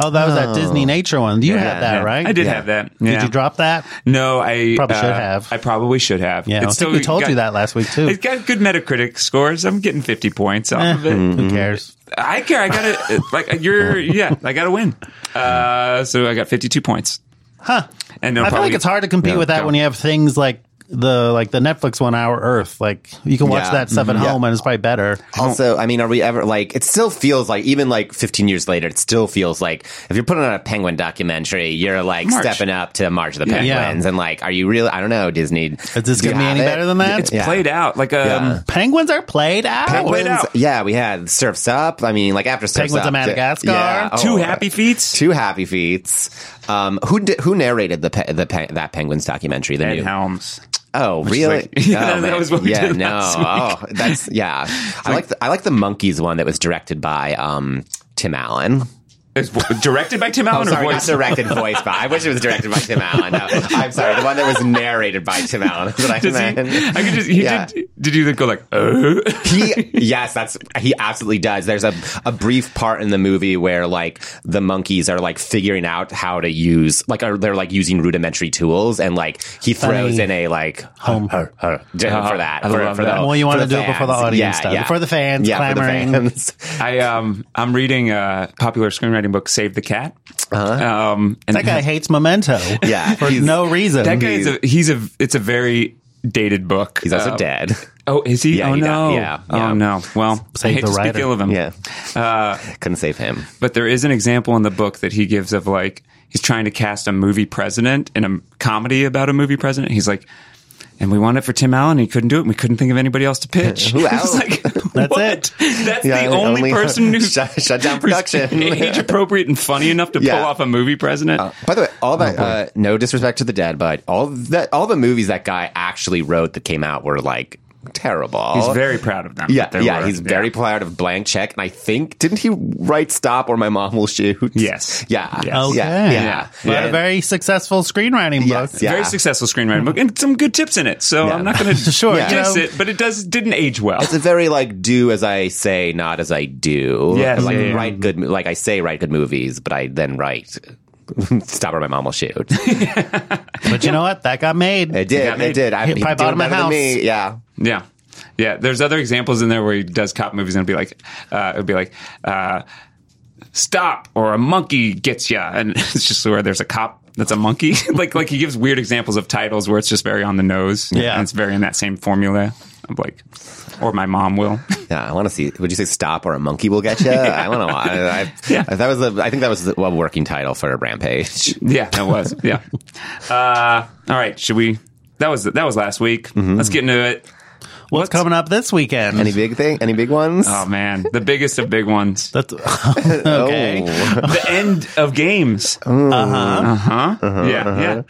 S3: Oh, that was that Disney nature one. You had that,
S2: Yeah.
S3: right?
S2: I did
S4: Yeah.
S2: have that.
S3: Did
S2: Yeah.
S3: you drop that?
S2: No, I uh,
S3: Probably should have.
S2: I probably should have.
S3: Yeah, I think
S2: still
S3: we told
S2: got-
S3: you that last week too.
S2: It's got good Metacritic scores. I'm getting 50 points off
S3: Eh,
S2: of it.
S4: Mm-hmm.
S3: Who cares?
S2: I care. I gotta uh, like you're. Yeah, I gotta win. Uh, so I got 52 points. Huh. And no
S3: I feel
S2: probably
S3: like it's hard to compete
S4: Yeah,
S3: with that
S2: go.
S3: when you have things like the like the Netflix one, Our Earth. Like you can watch
S4: Yeah.
S3: that stuff at home, and it's probably better.
S4: Also, I mean, are we ever like? It still feels like even like 15 years later, it still feels like if you're putting on a penguin documentary, you're like
S2: March.
S4: stepping up to March of the
S2: Yeah.
S3: Yeah.
S4: Penguins, and like, are you really? I don't know, Disney.
S3: Is this
S4: do
S3: going
S4: you
S3: to be
S4: have
S3: any
S4: it?
S3: better than that?
S2: It's played out like um.
S4: Yeah.
S3: Penguins are played out.
S2: Penguin- Played
S4: Penguins-
S2: out.
S4: Yeah, we had Surfs Up. I mean, like after Surfs
S3: Penguins
S4: Up,
S3: of
S4: di-
S3: Madagascar.
S4: yeah.
S2: Two
S4: Oh,
S3: uh,
S2: happy feet.
S4: Two happy feats. Um, who di- who narrated the pe- the pe- that penguins documentary? The
S2: Ed
S4: new
S2: Helms.
S4: Oh,
S2: is
S4: really?
S2: like- Yeah,
S4: Oh,
S2: that- that
S4: man.
S2: was what we
S4: yeah,
S2: did
S4: no.
S2: last week.
S4: Oh, that's yeah. I like the, I like the monkeys one that was directed by um, Tim Allen. Oh,
S2: It's w- directed by Tim
S3: Oh,
S2: Allen
S4: sorry,
S2: or
S4: not
S2: voice.
S4: directed voice by. I wish it was directed by Tim Allen. No, I'm sorry, the one that was narrated by Tim Allen. That's what I
S2: Does he,
S4: meant.
S2: I could just he
S4: Yeah.
S2: did. Did you go like? Oh,
S4: He yes, that's he absolutely does. There's a a brief part in the movie where like the monkeys are like figuring out how to use like are they're like using rudimentary tools and like he throws
S3: Funny.
S4: in a like
S3: Home.
S4: j- for that.
S2: Uh-huh. I
S4: for,
S2: love
S4: for
S2: that.
S4: The,
S3: Well, you
S4: for
S3: wanna
S4: the
S3: do it before the
S4: fans.
S3: audience
S4: yeah,
S3: does.
S4: yeah.
S3: For the fans
S4: yeah,
S3: clamoring.
S4: For the fans.
S2: I um I'm reading a popular screenwriting book, Save the Cat. Um, and
S3: That guy hates Memento.
S4: Yeah,
S3: for
S4: he's-
S3: no reason.
S2: That guy is a he's a it's a very dated book.
S4: He's also
S2: Um,
S4: dead.
S2: Oh, is he?
S4: Yeah,
S2: oh
S4: he died.
S2: no!
S4: Yeah, yeah.
S2: Oh no! Well,
S3: Save
S2: I hate
S3: the
S2: to speak
S3: writer.
S2: ill of him.
S4: Yeah, couldn't save him.
S2: But there is an example in the book that he gives of like he's trying to cast a movie president in a comedy about a movie president. He's like, and we wanted it for Tim Allen. He couldn't do it. and We couldn't think of anybody else to pitch.
S4: Who
S2: It's
S4: else?
S2: like,
S3: That's
S2: what?
S3: it.
S2: That's
S4: Yeah,
S2: the only, person who
S4: shut, shut down production.
S2: age appropriate and funny enough to
S4: Yeah.
S2: pull off a movie president.
S4: By the way, all that uh, no disrespect to the dead, but all that all the movies that guy actually wrote that came out were like terrible.
S2: he's very proud of them.
S4: yeah,
S2: that they
S4: yeah,
S2: were.
S4: he's very proud of Blank Check, and I think didn't he write Stop or My Mom Will Shoot?
S2: Yes.
S4: yeah,
S2: Yes.
S3: Okay.
S4: yeah,
S2: Yeah.
S4: yeah.
S3: But a
S4: And-
S3: very successful screenwriting
S4: Yes,
S3: book.
S4: yeah.
S2: Very successful screenwriting book and some good tips in it. So
S4: Yeah.
S2: I'm not going to
S3: Sure,
S2: diss
S3: you know.
S2: it, but it does didn't age well.
S4: It's a very like do as I say, not as I do.
S2: Yes.
S4: like
S2: Yeah, yeah.
S4: write good, like I say, write good movies, but I then write. Stop or my mom will shoot.
S3: But you know what? That got made.
S4: It did.
S2: got made.
S4: It did. I
S3: Hit
S4: he
S3: by
S4: did
S3: bottom of
S4: better than
S3: house.
S4: me. Yeah.
S2: Yeah. Yeah. There's other examples in there where he does cop movies and it'd be like, uh, it'd be like, uh, stop or a monkey gets ya. And it's just where there's a cop that's a monkey. like, like he gives weird examples of titles where it's just very on the nose.
S3: Yeah.
S2: And it's very in that same formula. I'm like, or my mom will.
S4: Yeah, I want to see. Would you say stop or a monkey will get you? I want to. I, I,
S2: Yeah.
S4: That was. A, I think that was a working title for a rampage.
S2: yeah, that was. Yeah. Uh, all right. Should we? That was, that was last week. Let's get into it.
S3: What's coming up this weekend?
S4: Any big thing? Any big ones?
S2: Oh man, the biggest of big ones.
S3: That's okay.
S4: Oh.
S2: Uh-huh. The end of games. Uh huh. Uh huh. Yeah. Yeah. Uh-huh.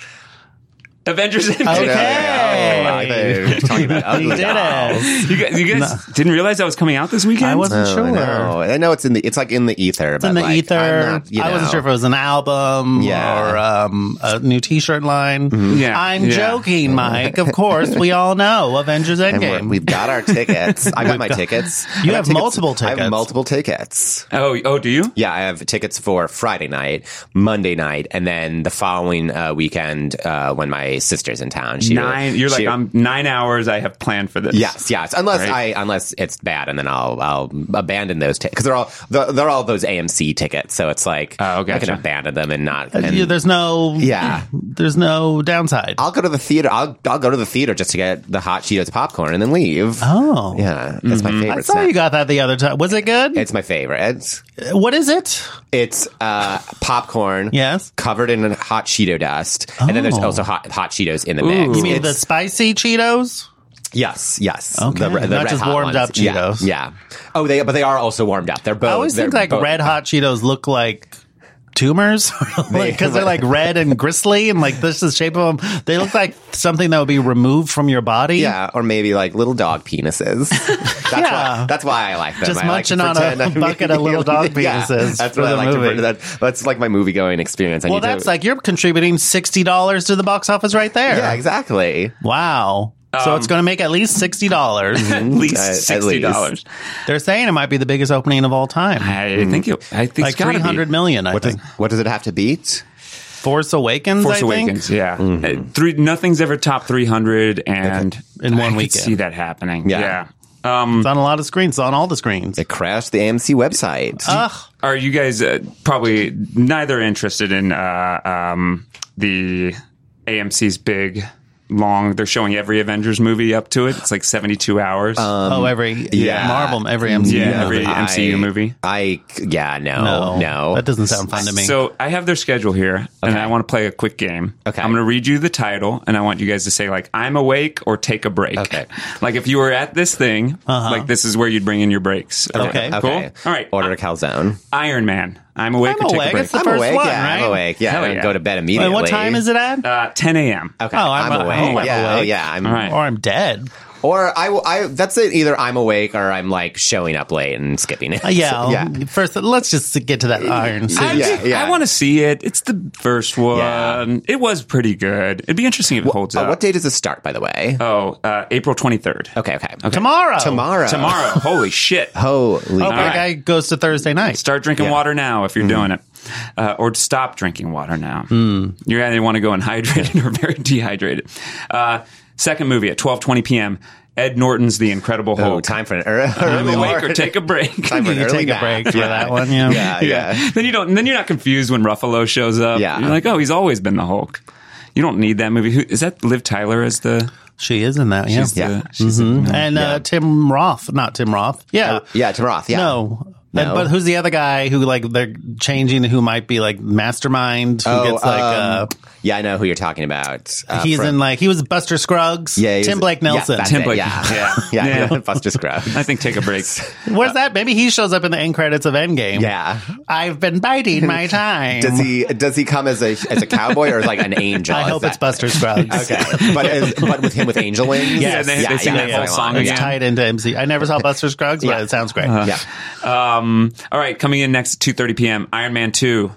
S2: Avengers Endgame.
S3: Okay.
S4: Yeah, yeah, yeah. You're talking about
S3: He
S4: ugly
S3: did
S4: dolls.
S3: it.
S2: You guys, you guys didn't realize that was coming out this weekend.
S3: I wasn't
S4: Oh, I
S3: sure.
S4: know. I know it's in the. It's like in the ether.
S3: It's in the ether. I wasn't sure if it was an album
S4: Yeah. Mm-hmm.
S3: or um, a new T-shirt line.
S2: Yeah.
S3: I'm
S2: Yeah.
S3: joking, Mike. Of course, we all know Avengers
S4: And we're-
S3: Endgame.
S4: we've got our tickets. I got my tickets. I got
S3: have multiple
S4: I
S3: tickets.
S4: have multiple tickets.
S2: oh, oh, do you?
S4: Yeah, I have tickets for Friday night, Monday night, and then the following uh, weekend uh, when my sister's in town. She,
S2: Nine. You're like
S4: she-
S2: I'm nine hours. I have planned for this.
S4: Yes, yes. Unless
S2: Right.
S4: I unless it's bad, and then I'll I'll abandon those tickets because they're all they're, they're all those AMC tickets. So it's like
S2: Oh,
S4: I can
S2: gotcha.
S4: abandon them and not.
S3: Uh,
S4: And
S3: yeah, there's no.
S4: Yeah.
S3: There's no downside.
S4: I'll go to the theater. I'll I'll go to the theater just to get the hot Cheetos popcorn and then leave.
S3: oh,
S4: Yeah, that's my favorite.
S3: I saw
S4: snack.
S3: you got that the other time. Was it good?
S4: It's my favorite.
S3: what is it?
S4: It's uh, popcorn.
S3: Yes.
S4: Covered in hot Cheeto dust, and then there's
S3: Oh.
S4: also hot hot Cheetos in the
S2: Ooh.
S4: mix.
S2: You
S3: You mean the
S4: It's-
S3: spicy Cheetos?
S4: Yes, yes.
S3: Okay.
S4: re-
S3: Not just
S4: hot
S3: warmed up
S4: Yeah,
S3: Cheetos.
S4: Yeah, Oh, they but they are also warmed up. They're both.
S3: I always
S4: Oh, they're
S3: think like
S4: both-
S3: red hot Cheetos look like tumors because they're like red and gristly and like this is the shape of them. They look like something that would be removed from your body.
S4: Yeah, or maybe like little dog penises. That's
S3: Yeah.
S4: why. That's why I like them.
S3: Just
S4: I like to
S3: munching on a
S4: pretend I'm
S3: bucket of little dog
S4: Yeah,
S3: penises
S4: that's
S3: for
S4: what I
S3: the
S4: like
S3: movie.
S4: to. That, that's like my movie going experience. I
S3: Well,
S4: need
S3: that's
S4: to,
S3: like you're contributing sixty dollars to the box office right there.
S4: yeah, exactly.
S3: Wow. so
S2: Um,
S3: it's going to make at least sixty dollars.
S2: at least
S4: At- at
S2: sixty dollars. Mm-hmm.
S4: least.
S3: They're saying it might be the biggest opening of all time,
S2: I think it. I think
S3: like
S2: it's gotta
S3: three
S2: be.
S3: hundred million. I
S4: What does
S3: think
S4: what does it have to beat?
S3: Force Awakens. I
S2: Force
S3: think.
S2: Awakens. Yeah, Uh, three. Nothing's ever top three hundred, and
S3: In one
S2: I could
S3: weekend.
S2: see that happening.
S4: Yeah.
S2: Yeah. Um,
S3: It's on a lot of screens. It's on all the screens.
S4: It crashed the AMC website.
S3: Ugh.
S2: are you guys uh, probably neither interested in uh, um, the AMC's big long? They're showing every Avengers movie up to it. It's like seventy-two hours.
S3: oh, every
S4: um, yeah.
S3: Marvel, every MCU.
S2: yeah,
S3: movie.
S2: every MCU movie.
S4: I yeah no no,
S3: that doesn't sound fun to me.
S2: So I have their schedule here, and I want to play a quick game.
S4: Okay.
S2: I'm going to read you the title, and I want you guys to say like "I'm awake" or "Take a break."
S4: Okay.
S2: Like if you were at this thing, like this is where you'd bring in your breaks.
S3: Okay.
S4: Okay.
S2: Cool. All right.
S4: Order a calzone.
S2: Iron Man. I'm awake
S3: I'm
S2: or take
S3: awake.
S2: a break.
S3: It's the
S4: I'm
S3: first
S4: awake.
S3: one,
S4: yeah,
S3: right?
S4: I'm awake. Yeah,
S2: Hell
S4: I don't
S2: yeah.
S4: go to bed
S3: Wait,
S4: immediately.
S3: what time is it at?
S2: uh, 10 a.m.
S4: Okay,
S3: Oh, I'm
S4: I'm,
S3: a-
S4: awake.
S3: oh, I'm
S4: yeah,
S3: awake.
S4: yeah. I'm,
S2: All right.
S3: or I'm dead.
S4: Or I, will- I. That's it. Either I'm awake or I'm like showing up late and skipping it.
S3: Uh, yeah.
S4: So, yeah.
S3: I'll- First, let's just get to that Iron Suit.
S2: I,
S4: Yeah, yeah.
S2: want to see it. It's the first one.
S4: Yeah.
S2: It was pretty good. It'd be interesting if it holds
S4: Uh,
S2: up.
S4: what day does it start? By the way.
S2: Oh, uh, April 23rd.
S4: okay. Okay.
S3: Tomorrow.
S4: Tomorrow.
S2: Oh, Tomorrow. Holy shit.
S4: Holy.
S3: Oh, that
S2: right.
S3: guy goes to Thursday night.
S2: Start drinking
S4: Yeah. Mm-hmm.
S2: water now if you're doing it, uh, or stop drinking water now.
S4: Hmm.
S2: You're either want to go in hydrated or very dehydrated. Uh, second movie at 12:20 p.m. Ed Norton's The Incredible
S4: Oh,
S2: Hulk.
S4: time for an early.
S2: I'm awake or take a break.
S4: Time for an
S3: You
S4: early
S3: take a
S4: nap.
S3: break for
S4: Yeah.
S3: that one, yeah.
S4: Yeah. Yeah.
S2: Then you don't. Then you're not confused when Ruffalo shows up.
S4: Yeah.
S2: You're like, oh, he's always been the Hulk. You don't need that movie. Who, is that Liv Tyler as the?
S3: She is in that, yeah.
S2: She's
S4: Yeah. Mm-hmm.
S2: The, she's the-
S3: And uh, Tim Roth, not Tim Roth. Yeah.
S4: Uh, Yeah. Tim Roth. Yeah.
S3: No. And-
S4: No.
S3: but who's the other guy who like they're changing? Who might be like mastermind? Who
S4: Oh,
S3: gets like uh,
S4: um, yeah, I know who you're talking about. Uh,
S3: he's
S4: from-
S3: in like he was Buster Scruggs.
S4: Yeah, he was-
S3: Tim Blake Nelson.
S4: Yeah, that's
S2: Tim
S4: it,
S2: Blake-
S4: Uh, Yeah, yeah,
S2: Yeah.
S4: yeah. Buster Scruggs.
S2: I think take a break.
S3: Where's that? Maybe he shows up in the end credits of Endgame.
S4: uh, Yeah.
S3: I've been biding my time.
S4: Does he does he come as a as a cowboy or as like an angel?
S3: I
S4: Is
S3: hope
S4: that-
S3: it's Buster Scruggs.
S4: Okay, but as, but with him with angel wings.
S2: Yeah, they- they sing that whole
S4: that's what I want.
S2: song
S3: It's
S2: again.
S3: tied into MC. I never saw Buster Scruggs, but
S4: Yeah. Uh-huh.
S3: it sounds great.
S4: Yeah,
S2: Um, all right, coming in next at 2:30 p.m. Iron Man 2.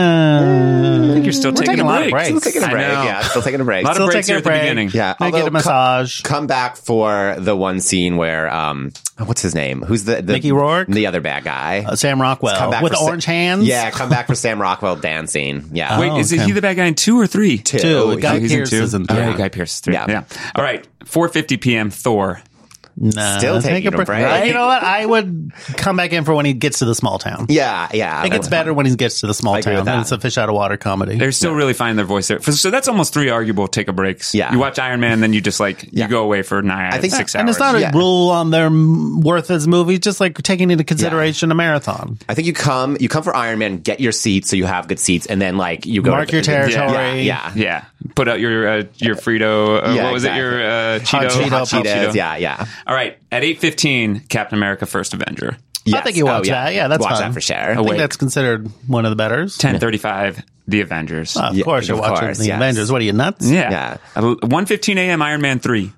S2: I
S3: Uh,
S2: think you're still
S3: we're taking a lot of
S4: still taking a
S2: I
S4: break.
S2: know.
S4: Yeah, still taking a break.
S2: A lot of
S3: Still
S2: breaks
S3: taking
S2: here
S3: a
S2: at the
S3: break.
S2: beginning.
S4: yeah,
S3: I
S4: although
S3: get a
S4: co-
S3: massage.
S4: come back for the one scene where um, what's his name? Who's the, the
S3: Mickey Rourke?
S4: The other bad guy.
S3: Uh, Sam
S4: Come
S3: Rockwell
S4: back
S3: with
S4: for Sa-
S3: orange hands.
S4: Yeah, come back for Sam Rockwell dancing. Yeah,
S2: Wait,
S3: Oh,
S2: is
S3: okay.
S2: he the bad guy in two or three?
S4: Two.
S3: Two. Guy
S2: Oh, he's
S3: Pierce
S2: in two.
S3: is in
S2: Oh,
S3: three.
S2: yeah, Guy Pierce is three.
S4: Yeah.
S2: Yeah. All right. 4:50 p.m. Thor.
S3: Nah,
S4: Still
S3: take
S4: taking a break.
S3: You know what? I would come back in for when he gets to the small town.
S4: yeah, yeah.
S3: I think it's better when he gets to the small
S4: agree with
S3: town.
S4: that.
S3: And it's a fish out of water comedy.
S2: They're still really finding their voice there. So that's almost three arguable take a breaks.
S4: Yeah.
S2: You watch Iron Man, then you just like you go away for nine.
S4: I think-
S2: six hours.
S3: and it's not a
S4: Yeah.
S3: rule on their m- worth as movies, just like taking into consideration a marathon.
S4: I think you come you come for Iron Man, get your seats so you have good seats, and then like you go
S3: Mark
S4: to-
S3: your territory.
S4: Yeah, yeah.
S2: yeah. Put out your uh, your Frito. Uh,
S4: Yeah,
S2: what was
S4: exactly.
S2: it? Your uh, Cheeto.
S3: Cheeto,
S2: Hot
S3: Cheetos,
S4: Cheetos, yeah, yeah.
S2: All right. At 8:15, Captain America: First Avenger.
S3: I think you
S4: Oh,
S3: watch that. Yeah, that's
S4: watch
S3: fun.
S4: that for sure.
S3: I
S2: Awake.
S3: think that's considered one of the betters.
S2: Ten thirty-five. The Avengers.
S3: Of
S4: Yeah,
S3: course, you're
S4: of
S3: watching
S4: course,
S3: the
S4: yes.
S3: Avengers. What are you nuts?
S2: yeah. Uh,
S4: yeah.
S2: One fifteen a.m. Iron Man three.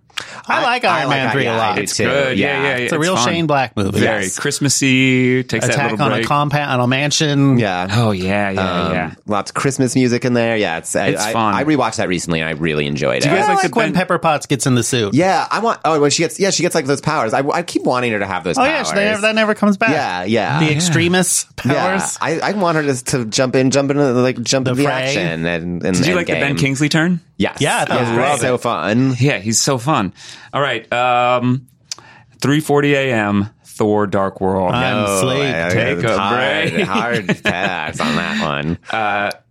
S3: I like
S4: I
S3: Iron Man
S4: like-
S3: three
S4: yeah,
S3: a lot.
S4: I do
S3: It's,
S4: too.
S2: Good. Yeah, yeah. yeah.
S3: a real
S2: fun.
S3: Shane Black movie.
S2: Very
S4: Yes.
S2: Christmassy. Takes that
S3: Attack
S2: little
S3: on
S2: break.
S3: a compound, on a mansion.
S4: Yeah.
S2: oh yeah, yeah,
S4: Um,
S2: yeah.
S4: Lots of Christmas music in there. Yeah, it's,
S2: It's
S4: I,
S2: fun.
S4: I, I rewatched that recently and I really enjoyed
S2: you
S4: it.
S2: guys
S3: I
S2: like
S3: like,
S2: the
S3: when
S2: Ben-
S3: Pepper Potts gets in the suit.
S4: yeah, I want. Oh, when she gets, yeah, she gets like those powers. I, I keep wanting her to have those.
S3: Oh yeah,
S4: powers.
S3: she- they never, that never comes back.
S4: Yeah, yeah.
S3: The
S4: Yeah.
S3: extremist powers.
S4: Yeah, I, I want her to, to jump in, jump into the, like jump
S3: The
S4: in the
S3: fray.
S4: action and, and
S2: Did you like the Ben Kingsley turn?
S4: Yes,
S3: Yeah, that was
S4: yeah,
S3: great.
S4: so fun.
S2: Yeah, he's so fun. All right. Um, 3.40 a.m., Thor Dark World.
S3: I'm sleep.
S2: Take a
S4: Oh, hard,
S2: break.
S4: hard pass on that one.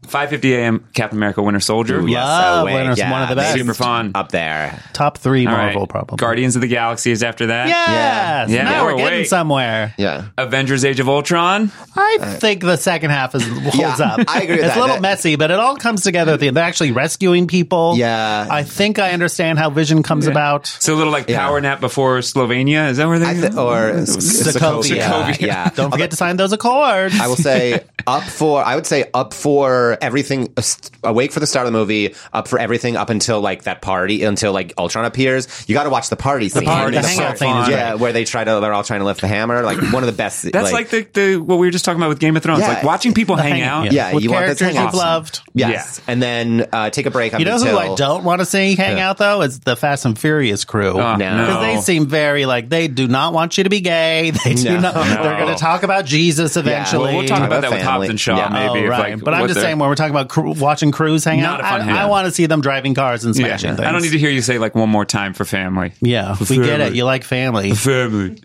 S2: 5.50 a.m., Captain America Winter Soldier.
S4: Ooh, yes,
S3: Love
S4: away.
S3: Winter's Ah, one of the best.
S2: Super fun.
S4: Up there.
S3: Top three
S2: All right.
S3: Marvel probably.
S2: Guardians of the Galaxy is after that.
S3: Yes.
S2: Yeah. Yeah.
S3: Now
S2: Oh,
S3: we're getting
S2: wait.
S3: somewhere.
S4: Yeah.
S2: Avengers Age of Ultron.
S3: I think the second half is holds
S4: Yeah,
S3: up.
S4: I agree with
S3: it's
S4: that.
S3: a little
S4: That-
S3: messy, but it all comes together at the end. They're actually rescuing people.
S4: Yeah.
S3: I think I understand how Vision comes about.
S2: It's a little like power nap before Slovenia. Is that where they
S4: I th- or Sokovia.
S3: Sokovia.
S4: Yeah.
S3: Don't forget to sign those accords.
S4: I will say up for I would say up for everything ast- awake for the start of the movie up for everything up until like that party until like Ultron appears you got to watch the party scene.
S2: party
S3: the
S2: is
S3: hangout
S2: so
S3: thing
S2: fun.
S3: is
S4: yeah where they try to they're all trying to lift the hammer like one of the best
S2: That's like, the, the what we were just talking about with Game of Thrones.
S4: Yeah,
S2: like watching people hang, out.
S4: yeah.
S3: with
S4: you want this
S3: characters
S4: hangout
S3: you've
S4: scene.
S3: loved.
S4: yes and then uh, take a break up
S3: You know
S4: until
S3: who I don't want to see hang out though is the Fast and Furious crew.
S2: Oh,
S4: No.
S2: no.
S3: Because they seem very like they do not want you to be gay. They do
S4: No.
S3: not.
S2: No.
S3: They're going to talk about Jesus
S2: Well,
S3: eventually.
S2: we'll talk about that with
S4: Family.
S2: Hobbs and Shaw,
S4: Yeah.
S2: maybe.
S3: oh,
S2: if,
S3: right.
S2: like,
S3: but I'm
S2: what
S3: just
S2: the-
S3: saying when we're talking about cr- watching crews hang
S2: Not
S3: out,
S2: a fun
S3: I, I
S2: hangout.
S3: want to see them driving cars and
S2: Yeah.
S3: smashing things.
S2: I don't need to hear you say like one more time for family.
S3: Yeah,
S2: For
S3: we get
S2: family.
S3: it. You like family.
S2: Family.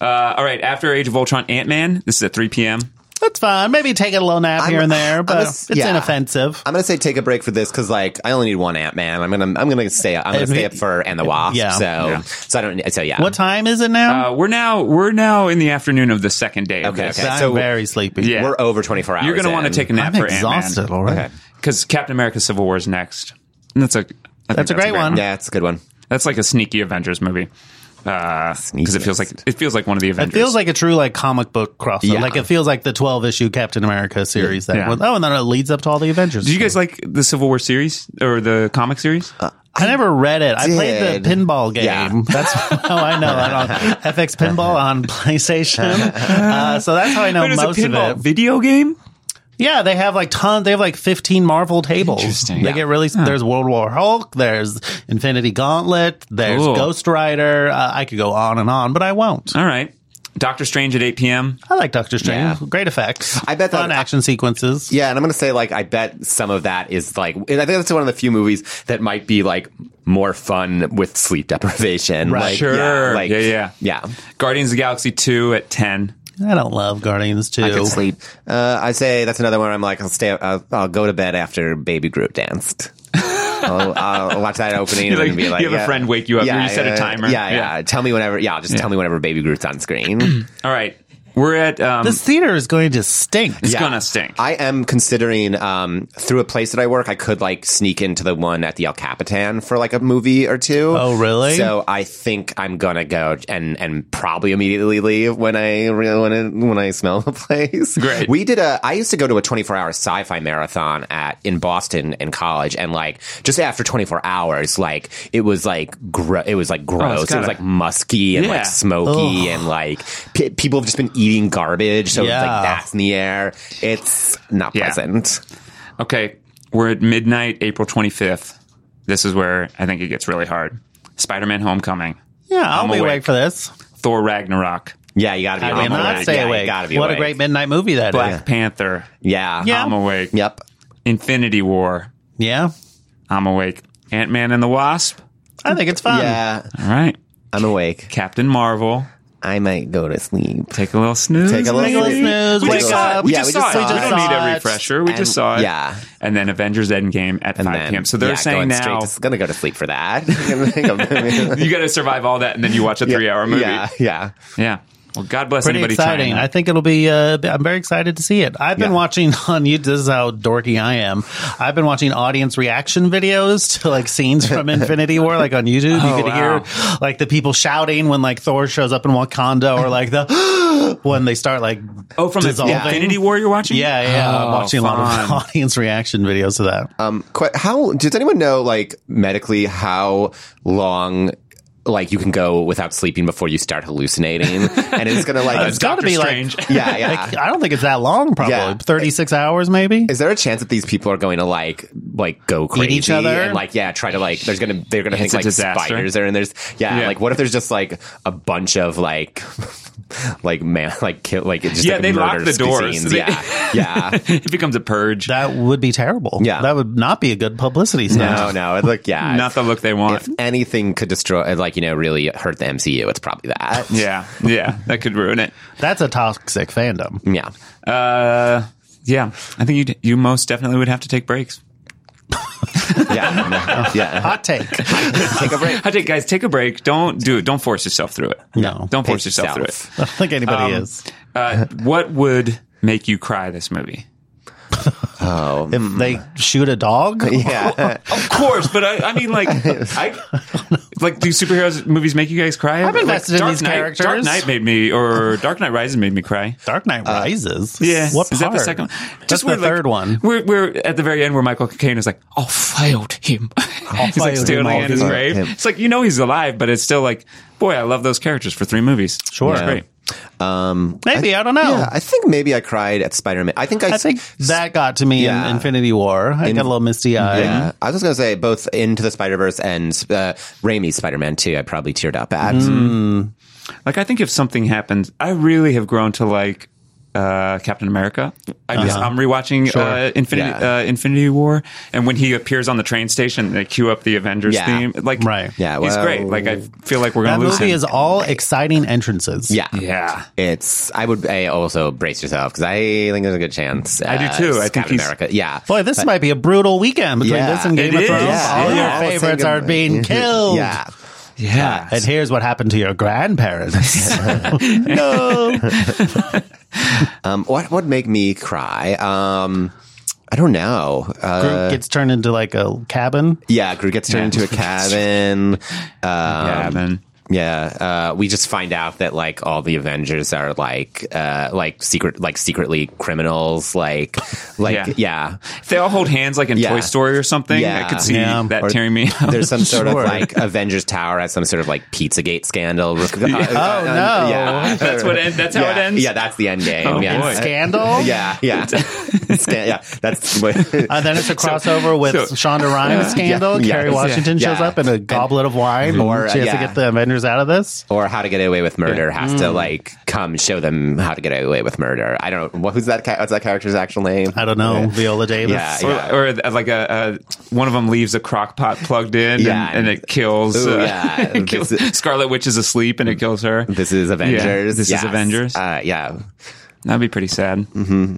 S2: Uh, all right. After Age of Ultron, Ant Man. This is at 3 p.m.
S3: That's fine. Maybe take a little nap
S4: I'm-
S3: here and there,
S4: I'm
S3: but
S4: a-
S3: it's
S4: yeah.
S3: inoffensive.
S4: I'm gonna say take a break for this because like I only need one Ant Man. I'm gonna I'm gonna stay up. I'm gonna
S3: And
S4: stay
S3: we-
S4: up for and the Wasp.
S3: Yeah.
S4: So
S2: Yeah.
S4: so I don't so yeah.
S3: What time is it now?
S2: Uh, we're now we're now in the afternoon of the second day. Of
S4: Okay,
S2: This.
S4: okay.
S3: I'm
S4: so-
S3: very sleepy.
S2: Yeah.
S4: We're over 24 hours.
S2: You're going to want to
S4: in.
S2: take a nap
S3: I'm
S2: for
S3: exhausted already.
S4: Okay.
S2: because Captain America: Civil War is next. And that's a I think
S3: That's a great one.
S4: Yeah, it's a good one.
S2: That's like a sneaky Avengers movie because it feels like it feels like one of the
S3: It
S2: Avengers.
S3: feels like a true like comic book crossover.
S4: Yeah.
S3: Like it feels like the twelve issue Captain America series that
S2: Yeah.
S3: was. Oh, and then it leads up to all the Avengers.
S2: Did you guys like the Civil War series or the comic series?
S3: I never read it. I played the
S4: did.
S3: pinball game.
S4: Yeah.
S3: That's how I know it on FX Pinball on PlayStation. Uh, so that's how I know
S2: Wait, it was
S3: most
S2: a
S3: of
S2: pinball
S3: it.
S2: video game.
S3: Yeah, they have like ton. They have like fifteen Marvel tables.
S2: Interesting.
S3: They
S2: Yeah.
S3: get really. There's World War Hulk. There's Infinity Gauntlet. There's
S2: Cool.
S3: Ghost Rider. Uh, I could go on and on, but I won't.
S2: All right. Doctor Strange at 8 p.m.
S3: I like Doctor Strange.
S4: Yeah.
S3: Great effects.
S4: I bet that-
S3: fun action sequences.
S4: Yeah, and I'm gonna say like I bet some of that is like and I think that's one of the few movies that might be like more fun with sleep deprivation.
S3: Right.
S4: Like,
S2: Sure.
S4: Yeah, like,
S2: Yeah, yeah.
S4: yeah.
S2: Guardians of the Galaxy 2 at 10.
S3: I don't love Guardians too.
S4: I could sleep. Uh, I say that's another one. Where I'm like, I'll stay. I'll, I'll go to bed after Baby Groot danced. I'll, I'll watch that opening
S2: You're
S4: and
S2: like-
S4: be like,
S2: you have a
S4: yeah.
S2: friend wake you up, you set a
S4: yeah,
S2: timer.
S4: Yeah,
S2: Yeah.
S4: yeah, Tell me whenever. Yeah, just tell me whenever Baby Groot's on screen.
S2: All right. We're at um,
S3: This theater is going to stink.
S2: it's
S4: yeah.
S2: gonna stink.
S4: I am considering um, through a place that I work, I could like sneak into the one at the El Capitan for like a movie or two.
S3: Oh, really?
S4: So I think I'm gonna go and and probably immediately leave when I really when I, when I smell the place.
S2: Great.
S4: We did a. I used to go to a 24 hour sci-fi marathon at in Boston in college, and like just after 24 hours, like it was like gro- it was like gross. it
S2: gotta-
S4: was like musky and
S2: Yeah.
S4: like smoky, and like pe people have just been eating garbage. So it's
S3: Yeah.
S4: like that's in the air. It's not
S2: Yeah.
S4: pleasant.
S2: Okay, we're at midnight, April 25th. This is where I think it gets really hard. Spider Man Homecoming,
S3: Yeah, I'll
S2: I'm
S3: be
S2: awake.
S3: awake for this.
S2: Thor Ragnarok,
S4: Yeah, you gotta be.
S3: I
S4: awake.
S3: will not stay
S4: yeah, you
S3: awake.
S4: gotta be
S3: what
S4: awake.
S3: a great midnight movie that is.
S2: Black Panther,
S4: Yeah.
S3: Yeah.
S2: I'm awake.
S4: Yep.
S2: Infinity War,
S3: Yeah,
S2: I'm awake. Ant Man and the Wasp,
S3: I think it's fun.
S4: Yeah.
S2: all right.
S4: I'm awake.
S2: Captain Marvel,
S4: I might go to sleep.
S2: take a little snooze.
S4: Take a little
S2: maybe.
S3: snooze,
S2: We
S3: wake
S2: just saw it.
S3: up.
S2: We
S4: Yeah,
S2: just
S4: we
S2: saw it.
S4: just saw
S2: We
S4: it.
S2: don't need
S3: Saw
S2: a
S3: it.
S2: refresher. We just
S4: And-
S2: saw it.
S4: yeah.
S2: And then Avengers Endgame at 5 p.m. So they're
S4: yeah,
S2: saying
S4: going straight
S2: now.
S4: to, s- gonna go to sleep for that. yeah,
S2: You got to survive all that, and then you watch a three-hour movie.
S4: yeah, yeah.
S2: Yeah. Well, God bless
S3: Pretty
S2: anybody
S3: exciting.
S2: trying.
S3: I think it'll be. Uh, I'm very excited to see it. I've been
S2: Yeah.
S3: watching on YouTube. This is how dorky I am. I've been watching audience reaction videos to like scenes from Infinity War, like on YouTube.
S2: Oh,
S3: you could
S2: wow.
S3: hear like the people shouting when like Thor shows up in Wakanda, or like the when they start like
S2: oh, from
S3: dissolving.
S2: the Infinity War you're watching?
S3: Yeah, yeah. I'm
S2: Oh,
S3: watching a lot of
S2: fun.
S3: audience reaction videos to that.
S4: Um, que- how does anyone know, like medically, how long? Like you can go without sleeping before you start hallucinating, and it's gonna like
S3: it's gotta
S2: Doctor
S3: be
S2: Strange.
S3: like,
S4: Yeah, yeah.
S3: like, I don't think it's that long. Probably
S4: Yeah.
S3: 36 hours, maybe.
S4: Is there a chance that these people are going to like like go crazy
S3: each other?
S4: and like yeah try to like there's gonna they're gonna
S2: It's
S4: think
S2: a
S4: like
S2: disaster.
S4: spiders are and there's yeah,
S2: Yeah.
S4: like what if there's just like a bunch of like like man like kill like it's just
S2: Yeah,
S4: like
S2: they lock
S4: murder
S2: the doors.
S4: scenes. yeah yeah
S2: it becomes a purge.
S3: That would be terrible.
S4: Yeah.
S3: that would not be a good publicity stunt.
S4: no no it look yeah
S2: Not the look they want.
S4: if anything could destroy like you know really hurt the MCU it's probably that
S2: yeah, yeah, that could ruin it.
S3: That's a toxic fandom.
S4: yeah
S2: Uh, yeah, I think you you most definitely would have to take breaks.
S4: yeah yeah
S3: Hot take.
S4: take a break
S2: I think, guys, take a break. Don't do it. Don't force yourself through it.
S3: No.
S2: don't force
S4: Pace
S2: yourself through it.
S4: yourself.
S3: I don't think anybody
S2: Um,
S3: is.
S2: Uh, what would make you cry this movie?
S4: oh
S3: If they shoot a dog,
S4: yeah
S2: Of course, but I, I mean, like, I, like, do superheroes movies make you guys cry?
S3: I've
S2: like,
S3: invested in
S2: Dark
S3: these
S2: Knight,
S3: characters.
S2: Dark Knight made me, or Dark Knight Rises made me cry.
S3: Dark Knight Rises.
S2: Yeah,
S3: what part?
S2: is that the second? one?
S3: That's
S2: Just
S3: the
S2: where, like,
S3: third one.
S2: We're, we're at the very end where Michael Caine is like, "I failed him." he's like
S3: Oh, failed him,
S2: standing
S3: I'll
S2: in his
S3: fail
S2: grave.
S4: him.
S2: It's like you know he's alive, but it's still like, boy, I love those characters for three movies.
S3: Sure.
S2: It's great.
S4: um
S3: Maybe I, don't know.
S4: yeah I think maybe I cried at Spider Man I think I
S3: I think that got to me
S4: Yeah.
S3: in Infinity War. I got a little misty eyed.
S4: Yeah, Uh, I was just gonna say both Into the Spider Verse and uh, Raimi's Spider Man Two. I probably teared up at.
S2: Like I think if something happens, I really have grown to like uh, Captain America. I
S3: Uh-huh.
S2: just, I'm rewatching uh, Infinity
S4: Yeah.
S2: uh, Infinity War, and when he appears on the train station, they cue up the Avengers
S4: Yeah.
S2: theme. Like,
S3: Right.
S4: Yeah,
S2: he's
S4: well-
S2: great. Like I feel like we're
S3: That
S2: gonna lose
S3: movie
S2: him.
S3: is all exciting entrances.
S4: Yeah,
S2: yeah.
S4: It's. I would. I also brace yourself because I think there's a good chance. uh,
S2: I do too. I think
S4: Captain
S2: he's-
S4: America. Yeah.
S3: Boy, this might be a brutal weekend between
S4: Yeah.
S3: this and Game
S2: It
S3: of
S2: is.
S3: Thrones.
S2: Yeah.
S3: All
S2: Yeah.
S3: your favorites are being killed.
S4: Yeah.
S2: Yeah.
S3: And here's what happened to your grandparents.
S4: Um. What would make me cry? Um. I don't know. Uh,
S3: Groot gets turned into like a cabin.
S4: yeah, Groot gets turned
S2: Yeah.
S4: into a cabin. Um,
S2: yeah, man.
S4: Yeah, uh, we just find out that like all the Avengers are like uh, like secret like secretly criminals like
S2: Yeah.
S4: like yeah.
S2: If they all hold hands like in
S4: Yeah.
S2: Toy Story or something, I
S4: Yeah.
S2: could see
S3: Yeah.
S2: that
S4: Or
S2: tearing me up.
S4: There's some sort
S3: Sure.
S4: of like Avengers Tower has some sort of like Pizzagate scandal. oh no,
S3: Oh, no.
S2: That's what end- that's how it
S4: yeah.
S2: ends?
S4: Yeah, that's the end game.
S2: Oh,
S4: yeah.
S2: boy.
S3: Scandal.
S4: yeah, yeah, Scan- yeah. That's what.
S3: And then it's a crossover with
S2: so-
S3: Shonda Rhimes scandal.
S4: yeah,
S3: Carrie
S4: yeah,
S3: Washington shows
S4: yeah.
S3: up in a goblet of wine.
S4: Or,
S3: and she has to
S4: yeah.
S3: get the Avengers out of this.
S4: or how to get away with murder has
S2: Hmm.
S4: to like come show them how to get away with murder. I don't. What, who's that? Ca- what's that character's actual name?
S3: I don't know. Viola Davis.
S4: Yeah,
S2: or, or uh, like a, a one of them leaves a crock pot plugged in
S4: Yeah.
S2: and, and it kills,
S4: Ooh,
S2: uh,
S4: yeah.
S2: it kills-
S4: This is-
S2: Scarlet Witch is asleep and it kills her.
S4: This is Avengers.
S2: this is
S4: Yes.
S2: Avengers.
S4: Uh, yeah.
S2: That'd be pretty sad. Mm-hmm.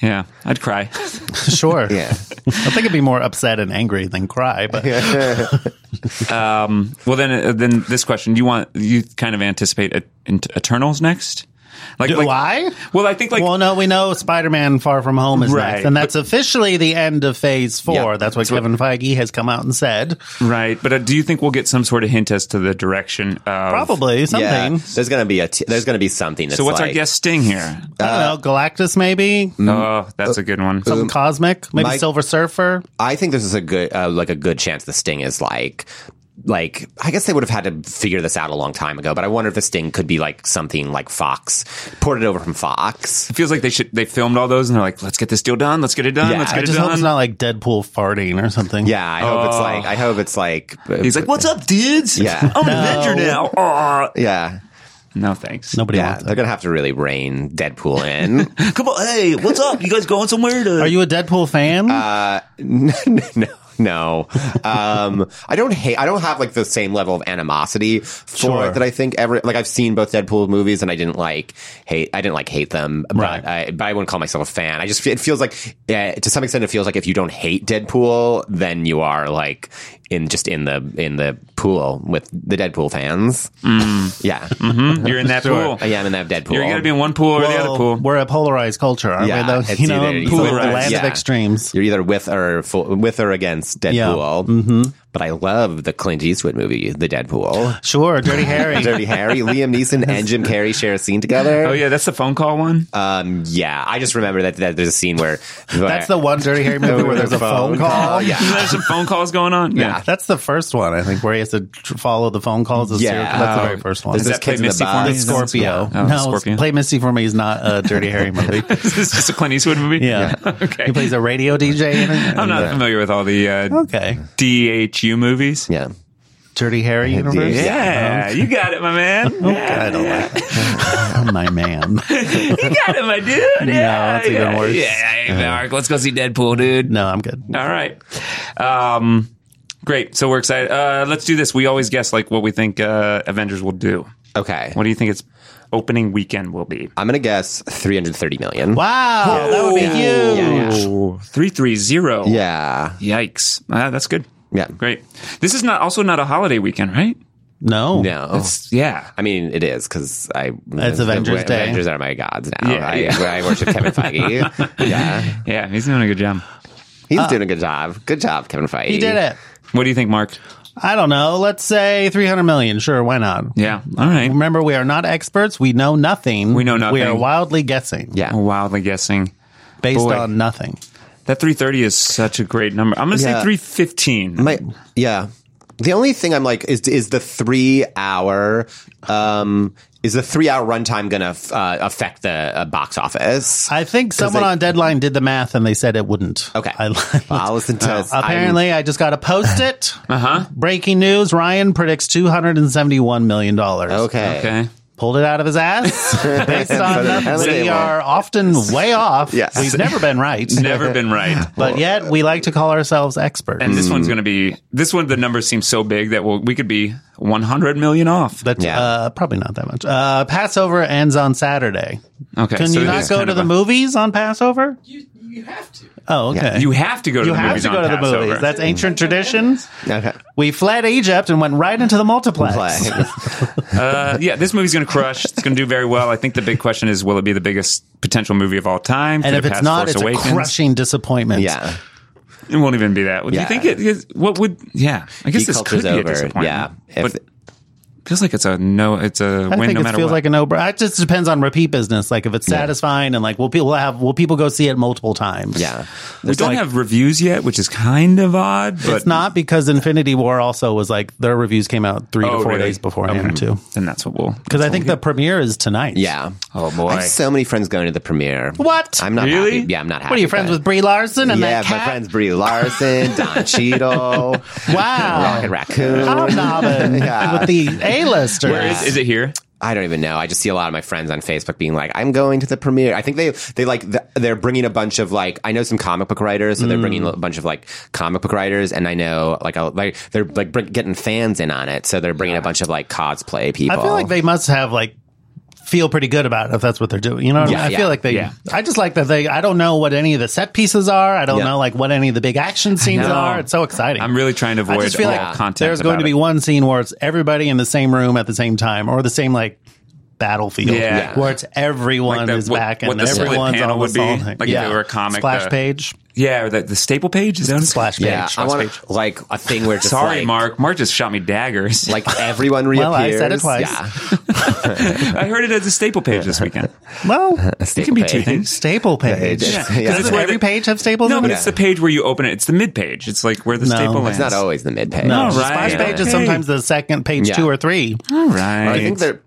S2: Yeah, I'd cry.
S3: Sure.
S4: Yeah.
S3: I think it'd be more upset and angry than cry, but
S2: well, then, uh, then this question: you want you kind of anticipate et- in- Eternals next? Like,
S3: do
S2: like-
S3: I?
S2: Well, I think like
S3: well, no, we know Spider-Man: Far From Home is
S2: Right.
S3: next, and that's officially the end of Phase Four.
S4: Yeah.
S3: that's what Kevin Feige has come out and said.
S2: right, but uh, do you think we'll get some sort of hint as to the direction? Of,
S3: Probably something.
S4: Yeah. There's gonna be a. T- there's gonna be something. That's
S2: So, what's
S4: like,
S2: our guest sting here?
S3: I don't know, Galactus maybe,
S2: oh, that's a good one.
S3: some cosmic, maybe
S4: Mike-
S3: Silver Surfer.
S4: I think this is a good, uh, like a good chance. The Sting is like, like I guess they would have had to figure this out a long time ago. But I wonder if the Sting could be like something like Fox ported over from Fox.
S2: It feels like they should they filmed all those and they're like, let's get this deal done, let's get it done,
S4: Yeah,
S2: let's
S3: I
S2: get it
S3: just hope it's
S2: done.
S3: not like Deadpool farting or something.
S4: Yeah, I hope it's like. I hope it's like. uh,
S2: He's like, what's up, dudes?
S4: Yeah.
S2: Oh. I'm an Avenger now. Ah. Aw.
S4: Yeah,
S2: No thanks.
S3: Nobody
S4: yeah.
S3: wants
S4: They're gonna have to really rein Deadpool in.
S2: Come on, hey, what's up? You guys going somewhere? To-
S3: Are you a Deadpool fan?
S4: no, no, No, um, I don't hate. I don't have like the same level of animosity for
S3: Sure.
S4: it that I think ever. Like I've seen both Deadpool movies, and I didn't like hate. I didn't like hate them, but
S3: Right.
S4: I, but I wouldn't call myself a fan. I just it feels like yeah, to some extent it feels like if you don't hate Deadpool, then you are like in just in the in the pool with the Deadpool fans. Yeah,
S2: Hmm? You're in that pool.
S4: I am in that Deadpool.
S2: You're gonna be in one pool or the other pool.
S3: We're a polarized culture, aren't
S4: Yeah,
S3: we? Though
S4: it's
S3: you know,
S4: either-
S3: pool, the
S2: polarized,
S3: land of
S4: yeah.
S3: extremes.
S4: You're either with or for, with or against Deadpool.
S2: Mm-hmm.
S4: But I love the Clint Eastwood movie, The Deadpool.
S3: Sure, Dirty Harry.
S4: Dirty Harry, Liam Neeson, and Jim Carrey share a scene together.
S2: Oh yeah, that's the phone call one.
S4: Um, yeah, I just remember that, that there's a scene where
S3: That's the one Dirty Harry movie where there's a phone, call.
S4: Yeah.
S2: Isn't there some phone calls going on?
S4: Yeah.
S3: That's the first one, I think, where he has to tr- follow the phone calls. As
S4: Yeah.
S3: serial- that's the very
S4: Oh,
S3: first one.
S4: does
S2: Does
S4: Those
S2: that play
S4: kids in the
S2: Misty for
S4: box.
S2: me?
S3: It's Scorpio.
S2: Oh,
S3: no,
S2: Scorpio.
S3: Play Misty for Me is not a Dirty Harry movie.
S2: Is this just a Clint Eastwood movie?
S3: Yeah.
S2: okay.
S3: He plays a radio DJ in it.
S2: I'm not familiar with all the uh,
S3: Okay.
S2: DHU movies.
S4: Yeah.
S3: Dirty Harry universe. Oh,
S2: Yeah, you got it, my man. Yeah,
S3: I don't like that. My man.
S2: you got it, my dude. Yeah,
S3: that's even
S2: yeah,
S3: worse.
S2: Yeah, hey, Mark, let's go see Deadpool, dude.
S3: No, I'm good.
S2: All right, um, great. So we're excited. Uh, let's do this. We always guess like what we think uh, Avengers will do.
S4: Okay.
S2: What do you think its opening weekend will be?
S4: I'm gonna guess 330 million.
S3: Wow. that would be huge.
S4: Yeah, yeah.
S2: Ooh, three three zero.
S4: Yeah.
S2: Yikes. Uh, that's good.
S4: Yeah.
S2: Great. This is not also not a holiday weekend, right?
S3: No.
S4: No.
S2: It's, yeah.
S4: I mean, it is because I.
S3: It's Avengers Day.
S4: Avengers are my gods now.
S2: Yeah,
S4: I,
S2: yeah.
S4: I worship Kevin Feige. yeah,
S2: Yeah. He's doing a good job.
S4: he's doing a good job. Good job, Kevin Feige.
S3: He did it.
S2: What do you think, Mark?
S3: I don't know. Let's say 300 million. Sure. Why not?
S2: Yeah. All right.
S3: Remember, we are not experts. We know nothing.
S2: We know nothing.
S3: We are wildly guessing
S4: Yeah.
S2: Wildly guessing.
S3: based
S2: Boy.
S3: on nothing.
S2: That 330 is such a great number. I'm going to say
S4: Yeah.
S2: 315.
S4: My yeah. The only thing I'm like is is the three hour um is the three hour runtime gonna uh, affect the uh, box office?
S3: I think someone
S4: they-
S3: on deadline did the math and they said it wouldn't.
S4: Okay.
S3: I,
S4: Well, I'll listen to us.
S3: Oh, apparently, i just got to post it. uh huh. Breaking news: Ryan predicts 271 million dollars.
S4: I'm- okay.
S2: okay.
S3: Pulled it out of his ass. based on
S4: That's
S3: nothing.
S4: it.
S3: we are often way off.
S4: Yes.
S3: We've never been right.
S2: Never been right.
S3: But yet we like to call ourselves experts.
S2: And this one's going to be, this one, the number seems so big that we'll, we could be 100 million off.
S3: That's
S4: Yeah.
S3: uh, probably not that much. Uh, Passover ends on Saturday.
S2: Okay.
S3: Can
S2: so
S3: you
S2: it
S3: not
S2: is
S3: go
S2: kind
S3: to
S2: of
S3: the
S2: a-
S3: movies on Passover?
S5: You, you have to.
S3: Oh, okay.
S2: You have to go to
S3: You
S2: the
S3: have
S2: movies
S3: to go
S2: on
S3: to the
S2: Passover.
S3: movies. That's ancient tradition.
S4: Okay.
S3: We fled Egypt and went right into the multiplex.
S4: Play.
S2: Uh, yeah, this movie's going to crush. It's going to do very well. I think the big question is, will it be the biggest potential movie of all time? Could
S3: And if
S2: it
S3: it's
S2: pass
S3: not,
S2: Force
S3: it's
S2: Awakens?
S3: a crushing disappointment.
S4: yeah.
S2: It won't even be that. Would
S4: Yeah.
S2: you think it? Is, what would? Yeah, I guess
S4: Geek
S2: this could
S4: culture's
S2: be a
S4: over.
S2: disappointment.
S4: Yeah. If-
S2: but feels like it's a no. It's a
S3: I
S2: win
S3: think
S2: no
S3: it
S2: matter
S3: feels
S2: what.
S3: like a no. It just depends on repeat business. Like if it's satisfying and like will people have will people go see it multiple times?
S4: Yeah.
S2: we don't have reviews yet, which is kind of odd. But
S3: It's not because Infinity War also was like their reviews came out three
S2: Oh,
S3: to four
S2: really?
S3: days beforehand too.
S2: Then that's what we'll.
S3: Because I think the premiere is tonight.
S4: Yeah.
S2: Oh, boy.
S4: I have so many friends going to the premiere.
S3: What?
S4: I'm not
S2: Really?
S4: happy. Yeah, I'm not happy.
S3: What are you friends
S4: but-
S3: with Brie Larson and
S4: yeah,
S3: that
S4: my
S3: cat?
S4: friends Brie Larson, Don Cheadle, Rocket
S3: Wow.
S4: Raccoon.
S3: Hobnobbing
S4: Yeah.
S3: with the A-listers.
S2: Where is, is it here?
S4: I don't even know. I just see a lot of my friends on Facebook being like, "I'm going to the premiere." I think they they like th- they're bringing a bunch of like I know some comic book writers, so they're bringing
S3: Mm.
S4: a bunch of like comic book writers, and I know like a, like they're like bring, getting fans in on it, so they're bringing a bunch of like cosplay people.
S3: I feel like they must have like feel pretty good about it if that's what they're doing. You know, what I mean?
S4: Yeah,
S3: I
S4: yeah,
S3: feel like they.
S2: yeah.
S3: I just like that they. I don't know what any of the set pieces are. I don't
S4: Yeah.
S3: know like what any of the big action scenes
S2: know.
S3: are. It's so exciting.
S2: I'm really trying to
S3: I
S2: avoid
S3: just feel
S2: all
S3: like
S2: content.
S3: there's going
S2: about
S3: to be
S2: it.
S3: one scene where it's everybody in the same room at the same time or the same like battlefield
S2: Yeah.
S3: where it's everyone
S2: Like the-
S3: is
S2: what-
S3: back
S2: what
S3: and
S2: the split
S3: everyone's
S2: panel
S3: on
S2: would be,
S3: the song.
S2: like if they were a comic,
S3: splash
S2: uh,
S3: page,
S2: yeah, or the, the staple page is that what it's
S3: splash
S2: called?
S3: page.
S4: yeah, I want like a thing where just
S2: Sorry,
S4: like,
S2: Mark. Mark just shot me daggers.
S4: like everyone reappears.
S3: Well, I said it twice.
S4: Yeah,
S2: I heard it as a staple page this weekend.
S3: Well,
S2: It can be two
S4: Staple page.
S2: things.
S3: staple page.
S4: Yeah.
S3: Doesn't
S4: Yeah. It's
S2: where
S3: every
S2: the-
S3: page have staples?
S2: No,
S3: in
S2: but
S3: it?
S2: it's the page where you open it. It's the mid page. It's like where the
S3: No.
S2: staple lands.
S4: it's not always the mid page.
S3: No,
S2: All
S3: the
S2: right.
S3: splash page is
S2: Okay.
S3: sometimes the second page
S4: Yeah.
S3: two or three.
S2: All right.
S4: I think there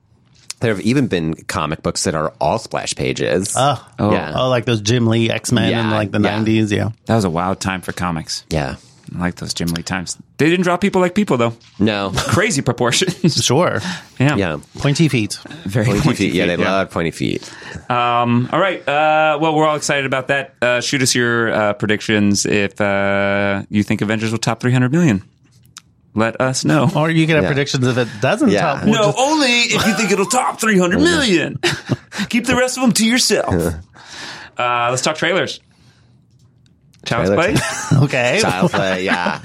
S4: there have even been comic books that are all splash pages.
S3: Oh,
S4: Yeah.
S3: oh, like those Jim Lee X Men in
S4: Yeah,
S3: like the
S4: yeah.
S3: nineties. Yeah.
S2: that was a wild time for comics.
S4: yeah.
S2: I like those Jim Lee times. They didn't draw people like people though.
S4: No.
S2: Crazy proportions.
S3: Sure.
S2: yeah.
S4: Yeah.
S3: Pointy feet.
S2: Very
S4: Pointy feet. Yeah, they
S2: yeah.
S4: love pointy feet.
S2: Um, all right. Uh, well, we're all excited about that. Uh, shoot us your uh, predictions if uh, you think Avengers will top 300 million. Let us know.
S3: Or you could have
S4: Yeah.
S3: predictions if it doesn't
S4: Yeah.
S3: top.
S2: no, only if you think it'll top 300 million. Keep the rest of them to yourself. Uh, let's talk trailers. Child's
S4: Trailers.
S2: Play?
S3: okay.
S4: Child play. Yeah.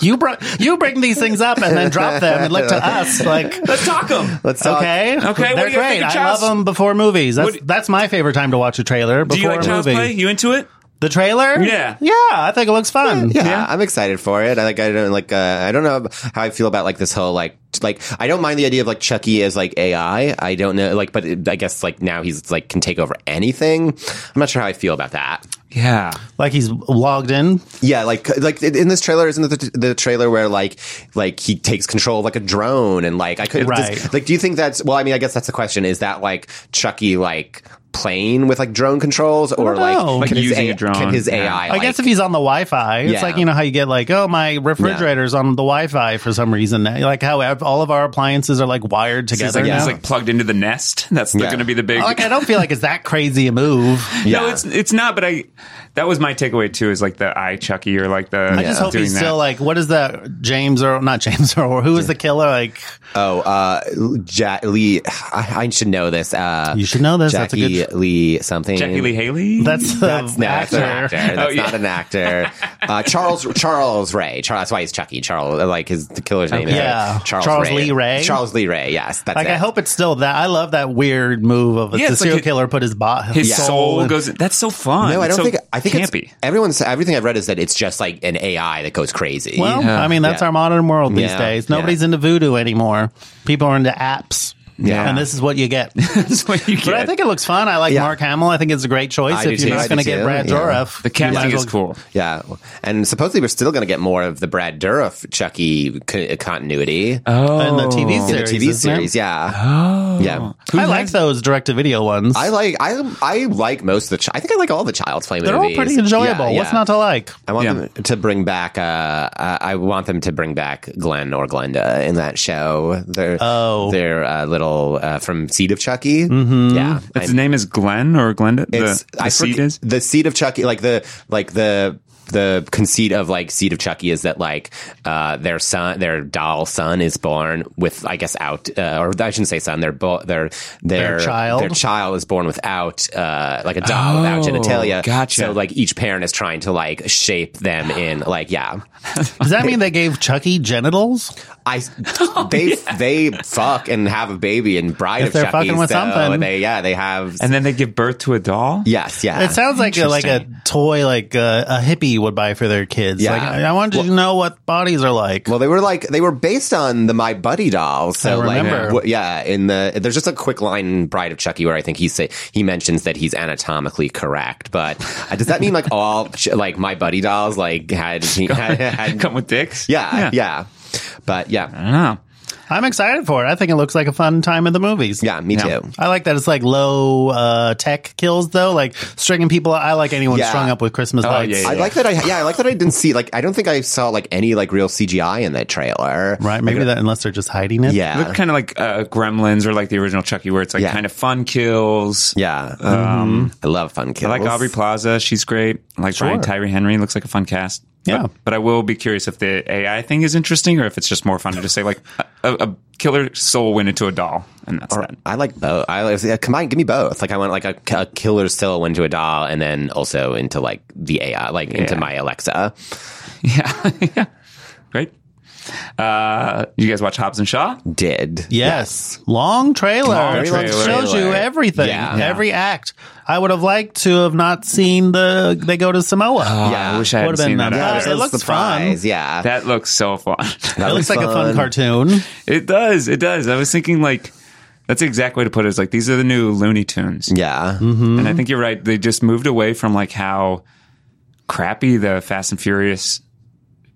S3: You brought you bring these things up and then drop them and look to us like
S2: Let's talk them.
S4: Let's talk.
S3: okay,
S2: what do you
S3: they're
S2: think of
S3: great. I
S2: Child's-
S3: love them before movies. That's
S2: What-
S3: that's my favorite time to watch a trailer before
S2: Do you like
S3: a
S2: Child's
S3: movie.
S2: Play? You into it?
S3: The trailer,
S2: Yeah.
S3: yeah, I think it looks fun.
S4: Yeah, I'm excited for it. I like I don't like uh, I don't know how I feel about like this whole like t- like I don't mind the idea of like Chucky as like AI. I don't know like but it, I guess like now he's like can take over anything. I'm not sure how I feel about that.
S2: Yeah.
S3: Like he's logged in.
S4: Yeah, like like in this trailer isn't it the, the trailer where like like he takes control of like a drone and like I couldn't does-
S3: Right.
S4: like do you think that's well I mean I guess that's the question is that like Chucky like playing with like drone controls or
S3: don't
S4: like,
S3: know. Like
S4: can his
S2: using
S4: A-
S2: a drone,
S4: can his
S2: yeah.
S4: AI
S3: I
S4: like,
S3: guess if he's on the Wi-Fi, it's
S4: Yeah.
S3: like you know how you get like, oh, my refrigerator's on the Wi-Fi for some reason. Like how ev- all of our appliances are like wired
S2: It's
S3: together
S2: like,
S3: now.
S2: it's like plugged into the nest. That's
S4: Yeah.
S2: going to be the big.
S3: like I don't feel like it's that crazy a move.
S2: No,
S4: Yeah.
S2: it's it's not. But I that was my takeaway too. Is like the eye Chucky or like the
S3: I just hope
S2: doing
S3: he's
S2: that.
S3: still like, what is that? James or not James or who is the killer? Like,
S4: Oh, uh, ja- Lee. I, I should know this. Uh,
S3: You should know this. That's a
S4: Jackie
S3: good-
S4: Lee something.
S2: Jackie Lee Haley.
S3: that's the
S4: That's no, that's an
S3: actor. Oh,
S4: actor. That's
S2: yeah.
S4: not an actor. Uh, Charles Charles Ray. Charles, that's why he's Chucky. Charles, like his the killer's name. is
S3: Yeah.
S4: Charles,
S3: Charles
S4: Ray.
S3: Lee Ray?
S4: Charles Lee Ray. Yes, that's
S3: Like,
S4: it.
S3: I hope it's still that. I love that weird move of
S2: Yeah,
S3: the
S2: it's like
S3: serial
S2: his-
S3: killer put his, bo-
S2: His
S4: Yeah.
S2: soul
S3: in-
S2: goes. in- That's so fun.
S4: No, I
S2: It's
S4: don't
S2: so
S4: think. I think it's,
S2: campy.
S4: everyone's everything I've read is that it's just like an AI that goes crazy.
S3: Well,
S2: Yeah.
S3: I mean, that's
S4: Yeah.
S3: our modern world these
S4: Yeah.
S3: days.
S4: Yeah.
S3: Nobody's into voodoo anymore. People are into apps.
S2: Yeah.
S3: And this is what you get. But
S2: That's what you get.
S3: I think it looks fun. I like
S4: Yeah.
S3: Mark Hamill. I think it's a great choice.
S4: I do
S3: if you're
S4: too. I
S3: not
S4: do
S3: going to
S4: too.
S3: get Brad
S4: Yeah.
S3: Dorough,
S2: the
S3: you might
S2: casting
S3: as
S2: is
S3: well-
S2: cool.
S4: Yeah, and supposedly we're still going to get more of the Brad Dourif Chucky co- uh, continuity
S2: Oh,
S3: And the TV
S4: in the
S3: series.
S4: TV
S3: isn't it?
S4: series. Yeah, oh. yeah.
S3: I like those direct to video ones.
S4: I like I I like most of the. Ch- I think I like all the Child's Play
S3: They're all
S4: movies.
S3: pretty enjoyable.
S4: Yeah,
S3: What's
S4: yeah.
S3: not to like?
S4: I want
S2: Yeah.
S4: them to bring back. Uh, uh, I want them to bring back Glenn or Glenda in that show. They're
S3: Oh.
S4: they're uh, little uh, from Seed of Chucky. Mm-hmm. Yeah,
S2: Its name is Glenn or Glenda.
S4: it's-
S2: The, the
S4: I
S2: seed
S4: forget-
S2: is.
S4: the seed of Chucky. Like the like the the conceit of like seed of Chucky is that like uh, their son, their doll son, is born with I guess out uh, or I shouldn't say son. Their bo- their
S3: Their
S4: their
S3: child?
S4: their child is born without uh, like a doll without genitalia.
S2: Oh, gotcha.
S4: So like each parent is trying to like shape them in like yeah.
S3: Does that mean they gave Chucky genitals?
S4: I they they fuck and have a baby and bride
S3: If
S4: of
S3: they're
S4: Chucky.
S3: fucking with
S4: so
S3: something.
S4: they yeah they have
S2: And then they give birth to a doll.
S4: yes yeah.
S3: It sounds like a, like a toy like uh, a hippie would buy for their kids.
S4: Yeah.
S3: Like I I wanted to know what bodies are like.
S4: Well, they were like they were based on the My Buddy dolls. So
S3: I remember.
S4: like, wh- yeah, in the there's just a quick line in Bride of Chucky where I think he say he mentions that he's anatomically correct, but uh, does that mean like all ch- like My Buddy dolls like had, had, had-
S2: Come Uh-huh. with dicks.
S4: yeah, yeah but yeah
S2: I don't know.
S3: I'm excited for it. I think it looks like a fun time in the movies.
S4: yeah me
S2: Yeah.
S4: too.
S3: I like that it's like low uh, tech kills though, like stringing people. I like anyone
S4: Yeah.
S3: strung up with Christmas lights.
S2: Oh, yeah,
S4: I like that. I yeah, I like that. I didn't see like I don't think I saw like any like real CGI in that trailer.
S3: Right? Maybe that unless they're just hiding it.
S4: Yeah.
S2: Look kind of like uh, Gremlins or like the original Chucky, where it's like
S4: Yeah.
S2: kind of fun kills.
S4: yeah. Um, I love fun kills.
S2: I like Aubrey Plaza. She's great. I like Brian Tyree Henry. Looks like a fun cast.
S3: Yeah.
S2: But, but I will be curious if the AI thing is interesting or if it's just more fun to just say, like, a, a killer soul went into a doll and that's that.
S4: I like both. I like, yeah, combine. Give me both. Like I want like a, a killer still into a doll, and then also into like the AI, like into
S2: Yeah.
S4: my Alexa.
S2: Yeah. yeah. Great. Uh, you guys watch Hobbs and Shaw?
S4: Did
S3: Yes. Long trailer.
S2: Long
S3: It shows
S4: trailer.
S3: you everything.
S4: Yeah.
S3: Every act. I would have liked to have not seen the they go to Samoa.
S4: Yeah.
S2: I wish I had
S3: Would've
S2: seen
S3: been
S2: that.
S3: nice.
S2: either.
S3: it looks
S4: surprise.
S3: fun.
S4: Yeah,
S2: Uh, That looks so fun.
S3: it looks
S4: was
S3: like a fun
S4: fun.
S3: cartoon.
S2: it does. It does. I was thinking, like, that's the exact way to put it. It's like, these are the new Looney Tunes.
S4: yeah.
S3: Mm-hmm.
S2: And I think you're right. They just moved away from like how crappy the Fast and Furious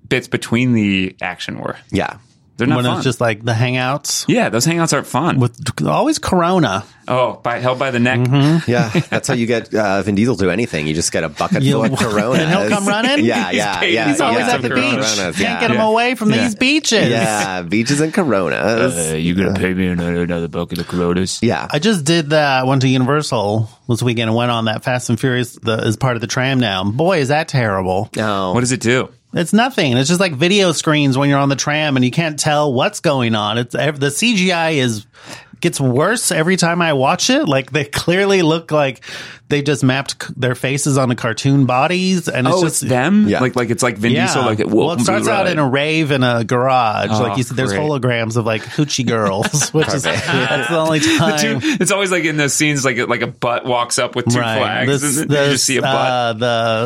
S2: bits between the action were.
S4: Yeah.
S2: They're not
S3: when
S2: fun.
S3: it's just like the hangouts
S2: yeah, those hangouts aren't fun.
S3: with always Corona.
S2: oh, by, held by the neck.
S4: Yeah, that's how you get uh, Vin Diesel to anything. You just get a bucket
S3: You-
S4: full of Corona,
S3: and he'll come running?
S4: Yeah,
S2: He's
S4: yeah,
S2: paid-
S4: yeah.
S2: he's
S4: yeah,
S2: always
S4: yeah,
S2: at the
S4: some
S2: beach.
S4: Coronas,
S3: Can't
S4: yeah.
S3: get him
S2: Yeah.
S3: away from
S4: Yeah.
S3: these beaches.
S4: Yeah, beaches and Coronas.
S1: Uh, you gonna pay me another another bucket of Coronas?
S4: yeah,
S3: I just did that. Went to Universal this weekend and went on that Fast and Furious the, is part of the tram now. Boy, is that terrible!
S4: no.
S2: What does it do?
S3: It's nothing. It's just like video screens when you're on the tram and you can't tell what's going on. It's ev- the CGI is gets worse every time I watch it. Like they clearly look like they just mapped c- their faces onto cartoon bodies, and it's
S2: oh,
S3: just
S2: it's them.
S4: Yeah.
S2: Like like it's like Vin
S3: Yeah.
S2: Diesel. Like
S3: well, it
S2: welcome to the
S3: starts out
S2: ride.
S3: in a rave in a garage. like you said, there's
S2: Oh, great.
S3: holograms of like hoochie girls, which is that's the only time.
S2: Two- it's always like in those scenes, like like a butt walks up with two
S3: Right.
S2: flags,
S3: This-
S2: and you
S3: this,
S2: just see a butt.
S3: Uh,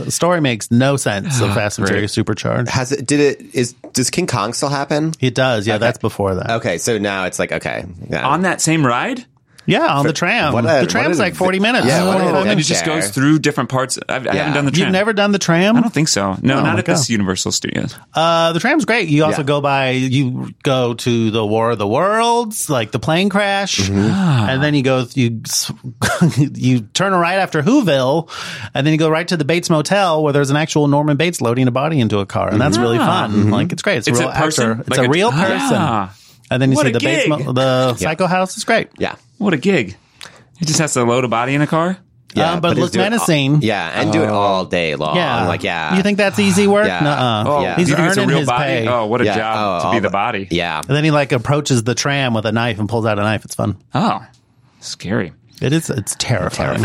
S3: the story makes no sense of Fast and
S2: Great.
S3: Furious Supercharged.
S4: has it? Did it? Is does King Kong still happen?
S3: It does. Yeah, that's before that.
S4: Okay, so now it's like okay, yeah.
S2: on that same ride,
S3: Yeah, on the tram.
S4: what a-
S3: the
S4: what
S3: tram's
S4: a-
S3: like 40 minutes.
S4: yeah, what a-
S3: Forty-five
S2: and it
S3: minutes.
S2: just
S4: Fair.
S2: goes through different parts. I've, I haven't done the
S3: You've
S2: tram.
S3: never done
S2: I
S3: the tram?
S2: don't think so. No, not
S3: my
S2: at this
S3: God.
S2: Universal Studios.
S3: Uh, the tram's great. You also
S4: Yeah.
S3: go by, you go to the War of the Worlds, like the plane crash,
S4: Mm-hmm.
S2: Ah.
S3: and then you go, you you turn right after Whoville, and then you go right to the Bates Motel where there's an actual Norman Bates loading a body into a car, and that's really fun.
S4: Mm-hmm.
S3: Like it's great. It's,
S2: Mm-hmm. It's
S3: a real
S2: a person?
S3: actor. It's
S2: Like
S3: a,
S2: a-
S3: real
S2: Ah.
S3: person. And then you
S2: What
S3: see
S2: a
S3: the Bates,
S2: gig.
S3: Mo- the Psycho House. It's great.
S4: yeah.
S2: What a gig! It just has to load a body in a car.
S4: Yeah,
S3: um, but, it
S4: it's
S3: looks
S4: do all-
S3: menacing. Oh.
S4: yeah, and do it all day long.
S3: Yeah.
S4: like yeah,
S3: You think that's easy work?
S4: Yeah.
S3: Nuh-uh.
S4: Oh, Yeah.
S3: He's
S2: you think it's a
S3: earning
S2: real
S3: his
S2: body?
S3: pay.
S2: Oh, what a
S4: Yeah.
S2: job
S4: Oh,
S2: to
S4: all
S2: be the
S4: the-
S2: body.
S4: Yeah,
S3: And then he like approaches the tram with a knife and pulls out a knife. It's fun.
S2: Oh, scary.
S3: It is. It's terrifying.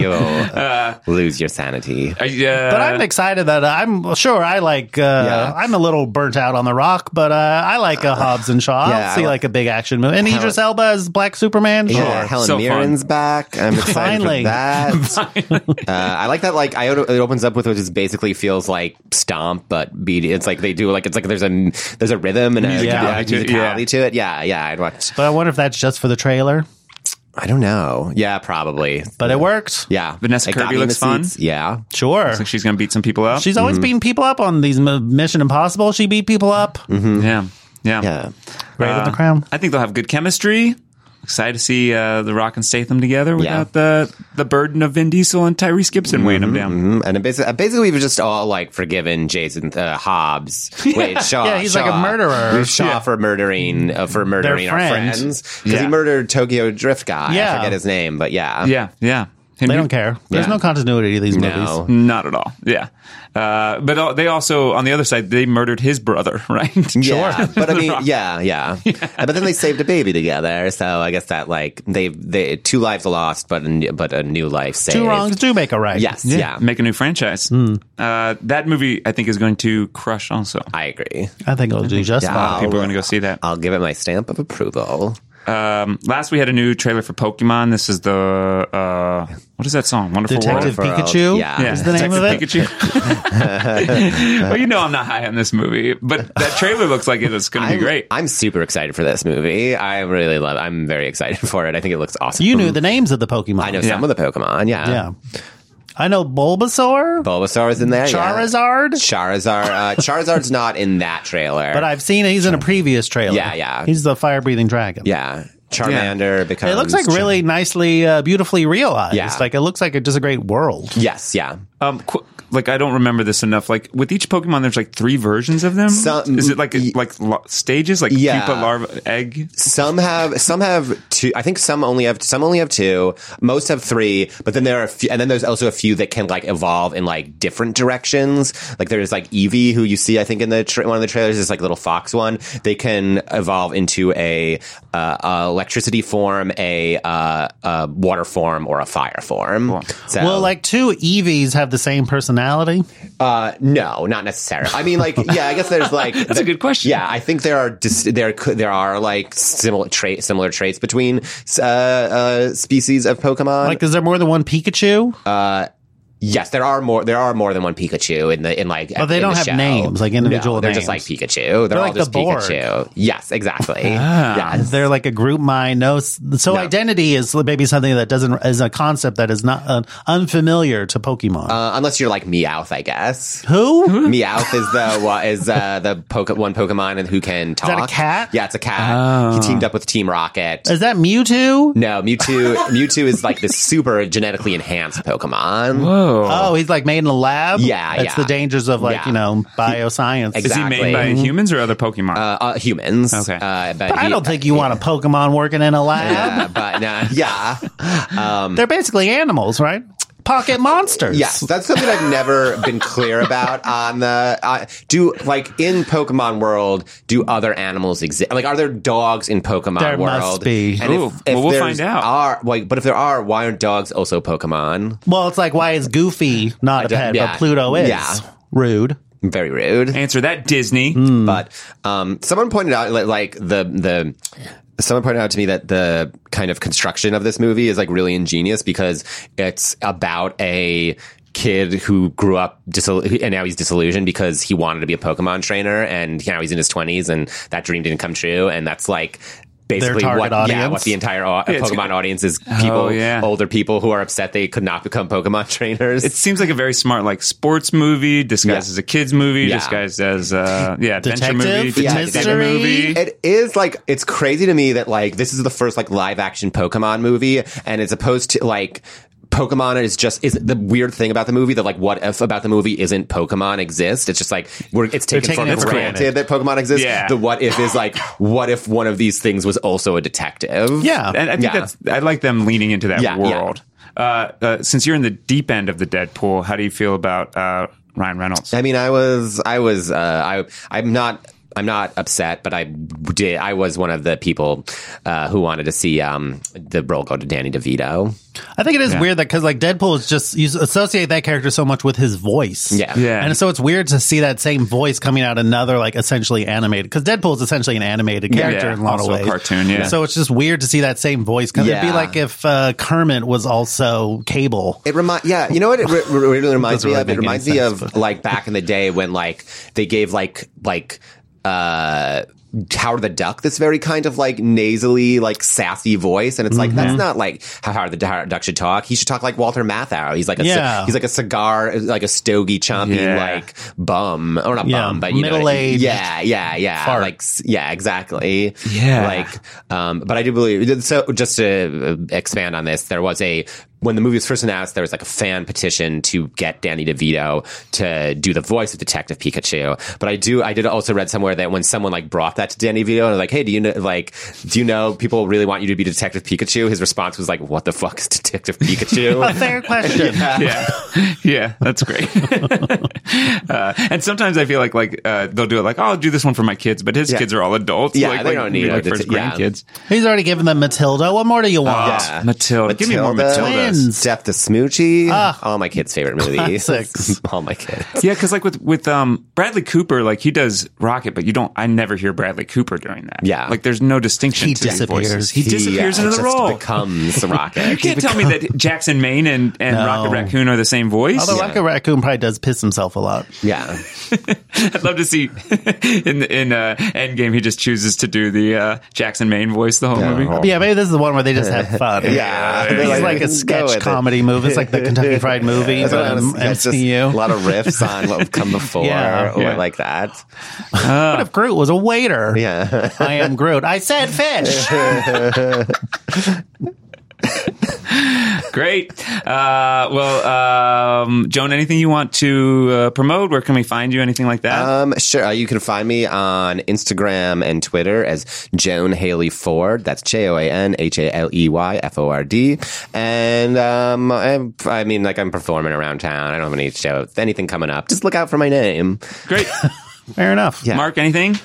S4: you'll lose your sanity.
S2: I, uh,
S3: But I'm excited that I'm sure I like. Uh,
S4: Yeah.
S3: I'm a little burnt out on The Rock, but uh, I like a Hobbs and Shaw.
S4: yeah,
S3: I'll see
S4: I li-
S3: like a big action movie. And Idris Elba as Black Superman. Sure.
S4: Yeah, Oh, Helen
S2: So
S4: Mirren's back. I'm excited
S3: Finally.
S4: for that. uh, I like that. Like, I it opens up with which is basically feels like stomp, but beat. It's like they do like it's like there's a there's a rhythm and a
S3: Musicality
S4: yeah,
S2: to it, yeah.
S4: musicality to it. Yeah, yeah. I'd watch.
S3: But I wonder if that's just for the trailer.
S4: I don't know. Yeah, probably.
S3: But it worked.
S4: Yeah,
S2: Vanessa
S4: It got
S2: Kirby
S4: me in the
S2: looks fun.
S4: seats. Yeah,
S3: Sure.
S2: like she's gonna beat some people up.
S3: She's
S4: Mm-hmm.
S3: always beating people up on these m- Mission Impossible. She beat people up.
S4: Mm-hmm.
S3: Mm.
S2: yeah, yeah.
S4: yeah.
S3: Right
S2: Uh,
S3: in the crown.
S2: I think they'll have good chemistry. Excited to see uh, the Rock and Statham together without the the burden of Vin Diesel and Tyrese Gibson weighing them down.
S4: Mm, And basically, basically, we've just all like forgiven Jason uh, Hobbs. Wait, Shaw.
S3: Yeah, he's
S4: Shaw.
S3: like a murderer.
S4: We've Shaw
S3: Yeah.
S4: for murdering uh, for murdering our
S3: friends.
S4: friends because
S2: Yeah.
S4: he murdered Tokyo Drift guy.
S3: Yeah.
S4: I forget his name, but yeah,
S2: Yeah, yeah.
S3: They don't care. There's
S4: Yeah.
S3: no continuity to these movies.
S4: No.
S2: Not at all. Yeah. Uh, but al- they also, on the other side, they murdered his brother, right?
S4: Yeah, but uh,
S2: The
S4: I mean,
S2: Rock.
S4: yeah, yeah, But then they saved a baby together, so I guess that like they they two lives lost, but a, new- but a new life saved.
S3: Two wrongs do make a right.
S4: Yes, yeah,
S2: Make a new franchise.
S3: Hmm.
S2: Uh, that movie, I think, is going to crush also.
S4: I agree.
S3: I think it'll do just
S4: Yeah.
S3: fine.
S2: People are going to go see that.
S4: I'll give it my stamp of approval.
S2: Um, last, we had a new trailer for Pokemon. This is the, uh, what is that song? Wonderful
S3: Detective
S2: World?
S4: World.
S3: Pikachu
S4: uh, Yeah.
S3: is the name
S2: Detective
S3: of it.
S2: Pikachu. well, you know I'm not high on this movie, but that trailer looks like it's going to be
S4: I'm,
S2: great.
S4: I'm super excited for this movie. I really love. I'm very excited for it. I think it looks awesome.
S3: You knew the names of the Pokemon.
S4: I know
S2: Yeah.
S4: some of the Pokemon. Yeah,
S3: Yeah. I know Bulbasaur,
S4: Bulbasaur is in there. Oh, yeah.
S3: Charizard,
S4: Charizard. Uh, Charizard's not in that trailer,
S3: but I've seen he's in a previous trailer.
S4: Yeah, yeah.
S3: He's the fire breathing dragon.
S4: yeah, Charmander becomes.
S3: It looks like really nicely, uh, beautifully realized.
S4: Yeah.
S3: Like it looks like a, just a great world.
S4: Yes, yeah.
S2: Um, qu- like I don't remember this enough. Like with each Pokemon, there's like three versions of them.
S4: Some-
S2: Is it like
S4: y-
S2: like lo- stages, like
S4: Yeah.
S2: pupa, larva, egg?
S4: Some have some have two. I think some only have some only have two. Most have three, but then there are a few, and then there's also a few that can like evolve in like different directions. Like there's like Eevee, who you see I think in the tra- one of the trailers, this like little fox one. They can evolve into a uh, uh, electricity form, a uh, uh, water form, or a fire form. So,
S3: Well, like two Eevees have the same personality.
S4: uh, no, not necessarily. I mean, like, yeah, I guess there's like that's
S2: a good question.
S4: Yeah, I think there are dis- there cou- there are like similar trait similar traits between uh, uh, species of Pokemon.
S3: Like, is there more than one Pikachu?
S4: Yes, there are more. There are more than one Pikachu in the in like.
S3: But they
S4: in
S3: don't
S4: the
S3: have
S4: show.
S3: names, like,
S4: No,
S3: individual
S4: they're just like
S3: names.
S4: Pikachu. They're, all
S3: like the
S4: just
S3: Borg. Ah.
S4: Pikachu. Yes, exactly.
S3: Is
S4: Yes.
S3: They're like a group mind. No, s- so
S4: No.
S3: identity is maybe something that doesn't is a concept that is not uh, unfamiliar to Pokemon.
S4: Uh, unless you're like Meowth, I guess.
S3: Who?
S4: Meowth is the what is uh, the poke, one Pokemon and who can talk.
S3: that a cat? Oh.
S4: Yeah, it's a cat. He teamed up with Team Rocket.
S3: Is that Mewtwo?
S4: no, Mewtwo. Mewtwo is like this super genetically enhanced Pokemon.
S3: Oh, he's like made in a lab.
S4: Yeah,
S3: that's
S4: yeah.
S3: the dangers of like
S4: Yeah.
S3: you know bioscience.
S2: Is he made
S4: Exactly.
S2: by humans or other Pokemon?
S4: Mm-hmm. Uh, uh, humans.
S2: Okay.
S4: Uh, but
S3: I
S4: he-
S3: don't think you want a Pokemon working in a lab.
S4: Yeah, but uh, yeah.
S3: They're basically animals, right? Pocket monsters.
S4: Yes, that's something I've never been clear about on the uh, do like in Pokemon world. Do other animals exist? Like, are there dogs in Pokemon
S3: There
S4: world?
S3: must be.
S2: Ooh, well, we'll
S4: there's-
S2: find out.
S4: Are like, but if there are, why aren't dogs also Pokemon?
S3: Well, it's like why is Goofy not a
S4: don't-
S3: pet,
S4: yeah.
S3: but Pluto is?
S4: Yeah.
S3: Rude.
S4: Very rude.
S2: Answer that, Disney.
S4: But um, someone pointed out li- like the the someone pointed out to me that the kind of construction of this movie is like really ingenious because it's about a kid who grew up disil- and now he's disillusioned because he wanted to be a Pokemon trainer and now he's in his 20s and that dream didn't come true and that's like basically
S3: target
S4: what yeah
S3: audience?
S4: what the entire au-
S2: it's-
S4: Pokemon audience is people
S2: yeah.
S4: older people who are upset they could not become Pokemon trainers
S2: It seems like a very smart, like sports movie disguised
S4: Yeah.
S2: as a kids movie,
S4: Yeah.
S2: disguised as uh, yeah, adventure
S3: Detective?
S2: movie,
S3: Yeah,
S2: detective
S3: mystery?
S2: movie.
S4: It is like it's crazy to me that like this is the first like live action Pokemon movie, and it's opposed to like. Pokemon is just is the weird thing about the movie that like what if about the movie isn't Pokemon exist? It's just like we're it's taken
S3: taking
S4: for
S3: it for granted.
S4: granted, that Pokemon exists.
S2: Yeah.
S4: The what if is like what if one of these things was also a detective?
S3: Yeah.
S2: And I think
S4: Oh, Yeah.
S2: that's I like them leaning into that
S4: Yeah, yeah.
S2: world. Uh, uh, since you're in the deep end of the Deadpool, how do you feel about uh, Ryan Reynolds?
S4: I mean, I was, I was, uh, I, I'm not, I'm not upset, but I did, I was one of the people uh, who wanted to see um, the role go to Danny DeVito.
S3: I think it is weird that because like Deadpool is just you associate that character so much with his voice.
S4: Yeah.
S2: Yeah.
S3: And so it's weird to see that same voice coming out another like essentially animated because Deadpool is essentially an animated character
S2: Yeah,
S3: in a lot
S2: also a
S3: of ways.
S2: cartoon, yeah.
S3: So it's just weird to see that same voice come. It'd
S4: Yeah.
S3: be like if uh, Kermit was also Cable.
S4: It remind yeah, you know what it re- re- really reminds
S3: Doesn't
S4: me
S3: really
S4: of. It
S3: make any
S4: reminds me
S3: sense,
S4: of
S3: but-
S4: like back in the day when like they gave like like uh Howard the Duck this very kind of like nasally like sassy voice, and it's like
S3: Mm-hmm.
S4: that's not like how Howard the Howard the Duck should talk. He should talk like Walter Matthau. He's like a ci-
S3: Yeah.
S4: he's like a cigar like a stogie chompy
S2: Yeah.
S4: like bum or not
S3: Yeah,
S4: bum but you know what I mean.
S3: middle-aged
S4: yeah yeah yeah
S3: fart.
S4: like s- yeah exactly
S2: Yeah.
S4: like um, but I do believe so. Just to uh, expand on this, there was a when the movie was first announced, there was like a fan petition to get Danny DeVito to do the voice of Detective Pikachu. But I do, I did also read somewhere that when someone like brought that to Danny DeVito and was like, "Hey, do you know like do you know people really want you to be Detective Pikachu?" His response was like, "What the fuck is Detective Pikachu?"
S3: A fair question.
S2: yeah, yeah, that's great. uh, and sometimes I feel like like uh, they'll do it like oh, I'll do this one for my kids, but his
S4: Yeah.
S2: kids are all adults.
S4: Yeah,
S2: like,
S4: they
S2: like,
S4: don't need
S2: like
S4: it.
S2: for his
S4: Yeah.
S2: grandkids.
S3: He's already given them Matilda. What more do you want?
S4: Yeah.
S2: Matilda. Ah. give me more
S4: Matilda.
S2: Matildas.
S3: Twins.
S4: Steph the Smoochie, all my kids' favorite movie.
S3: Classics.
S4: all my kids.
S2: Yeah, because like with with um, Bradley Cooper, like he does Rocket, but you don't. I never hear Bradley Cooper doing that.
S4: Yeah.
S2: like there's no distinction.
S3: He
S2: to these
S3: disappears.
S2: voices. He, disappears
S4: uh,
S2: into the
S4: just
S2: role.
S4: Becomes Rocket.
S2: you can't tell me that Jackson Maine and, and
S3: No.
S2: Rocket Raccoon are the same voice.
S3: Although Rocket Raccoon probably does piss himself a lot.
S4: Yeah.
S2: I'd love to see in in uh, Endgame he just chooses to do the uh, Jackson Maine voice the whole movie.
S3: Yeah, Oh. maybe this is the one where they just have fun.
S4: Yeah.
S3: It's like, a
S4: Go with
S3: sketch
S4: it.
S3: comedy movie. It's like the Kentucky Fried Movie,
S4: That's what I
S3: but
S4: was-
S3: um,
S4: that's just
S3: MCU.
S4: A lot of riffs on what have come before
S3: Yeah.
S4: or
S2: Yeah.
S4: like that.
S3: What if Groot was a waiter?
S4: Yeah.
S3: I am Groot. I said fish.
S2: Great. Uh, well, um, Joan, anything you want to uh, promote? Where can we find you? Anything like that?
S4: Um, sure. Uh, you can find me on Instagram and Twitter as Joan Haley Ford. That's J O A N H A L E Y F O R D. And um, I'm, I mean, like I'm performing around town. I don't have any show, anything coming up. Just look out for my name.
S2: Great.
S3: Fair enough.
S2: Mark, anything?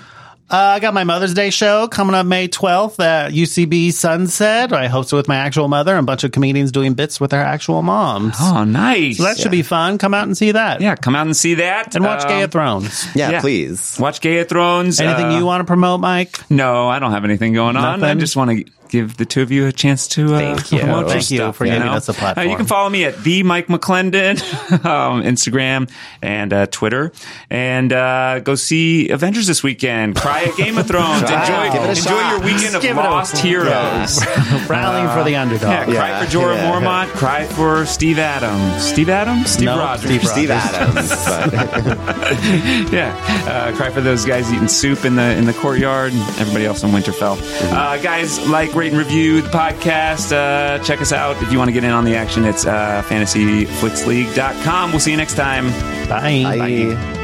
S3: Uh, I got my Mother's Day show coming up May 12th at UCB Sunset. I host it with my actual mother and a bunch of comedians doing bits with their actual moms.
S2: Oh, nice.
S3: so that should be fun. Come out and see that.
S2: yeah, come out and see that
S3: And watch Game
S2: Um,
S3: of Thrones.
S4: Yeah,
S2: Yeah.
S4: please.
S2: Watch Gay of Thrones.
S3: Anything
S2: uh,
S3: you want to promote, Mike?
S2: No, I don't have anything going on. I
S3: Nothing?
S2: just want to give the two of you a chance to uh,
S4: Thank you.
S2: promote your
S3: Thank you
S2: stuff,
S3: for giving us a platform.
S2: Uh, you can follow me at the Mike McClendon, um, Instagram and uh, Twitter, and uh, go see Avengers this weekend. Cry at Game of Thrones.
S4: Try it.
S2: enjoy
S4: Give it a
S2: enjoy
S4: shot.
S2: your weekend of
S3: Give it a-
S2: lost heroes.
S3: Rallying for the
S2: Yeah, cry
S3: underdog.
S4: Yeah,
S2: for Jorah
S4: yeah.
S2: Mormont. Cry for Steve Adams. Steve Adams. Steve
S3: No,
S2: Rogers.
S3: Steve Rogers.
S4: Steve Adams. but-
S2: yeah, uh, cry for those guys eating soup in the in the courtyard and everybody else in Winterfell. Uh, guys, like, rate, and review the podcast. Uh, check us out if you want to get in on the action. It's uh, fantasyflixleague.com. We'll see you next time.
S3: Bye.
S4: Bye.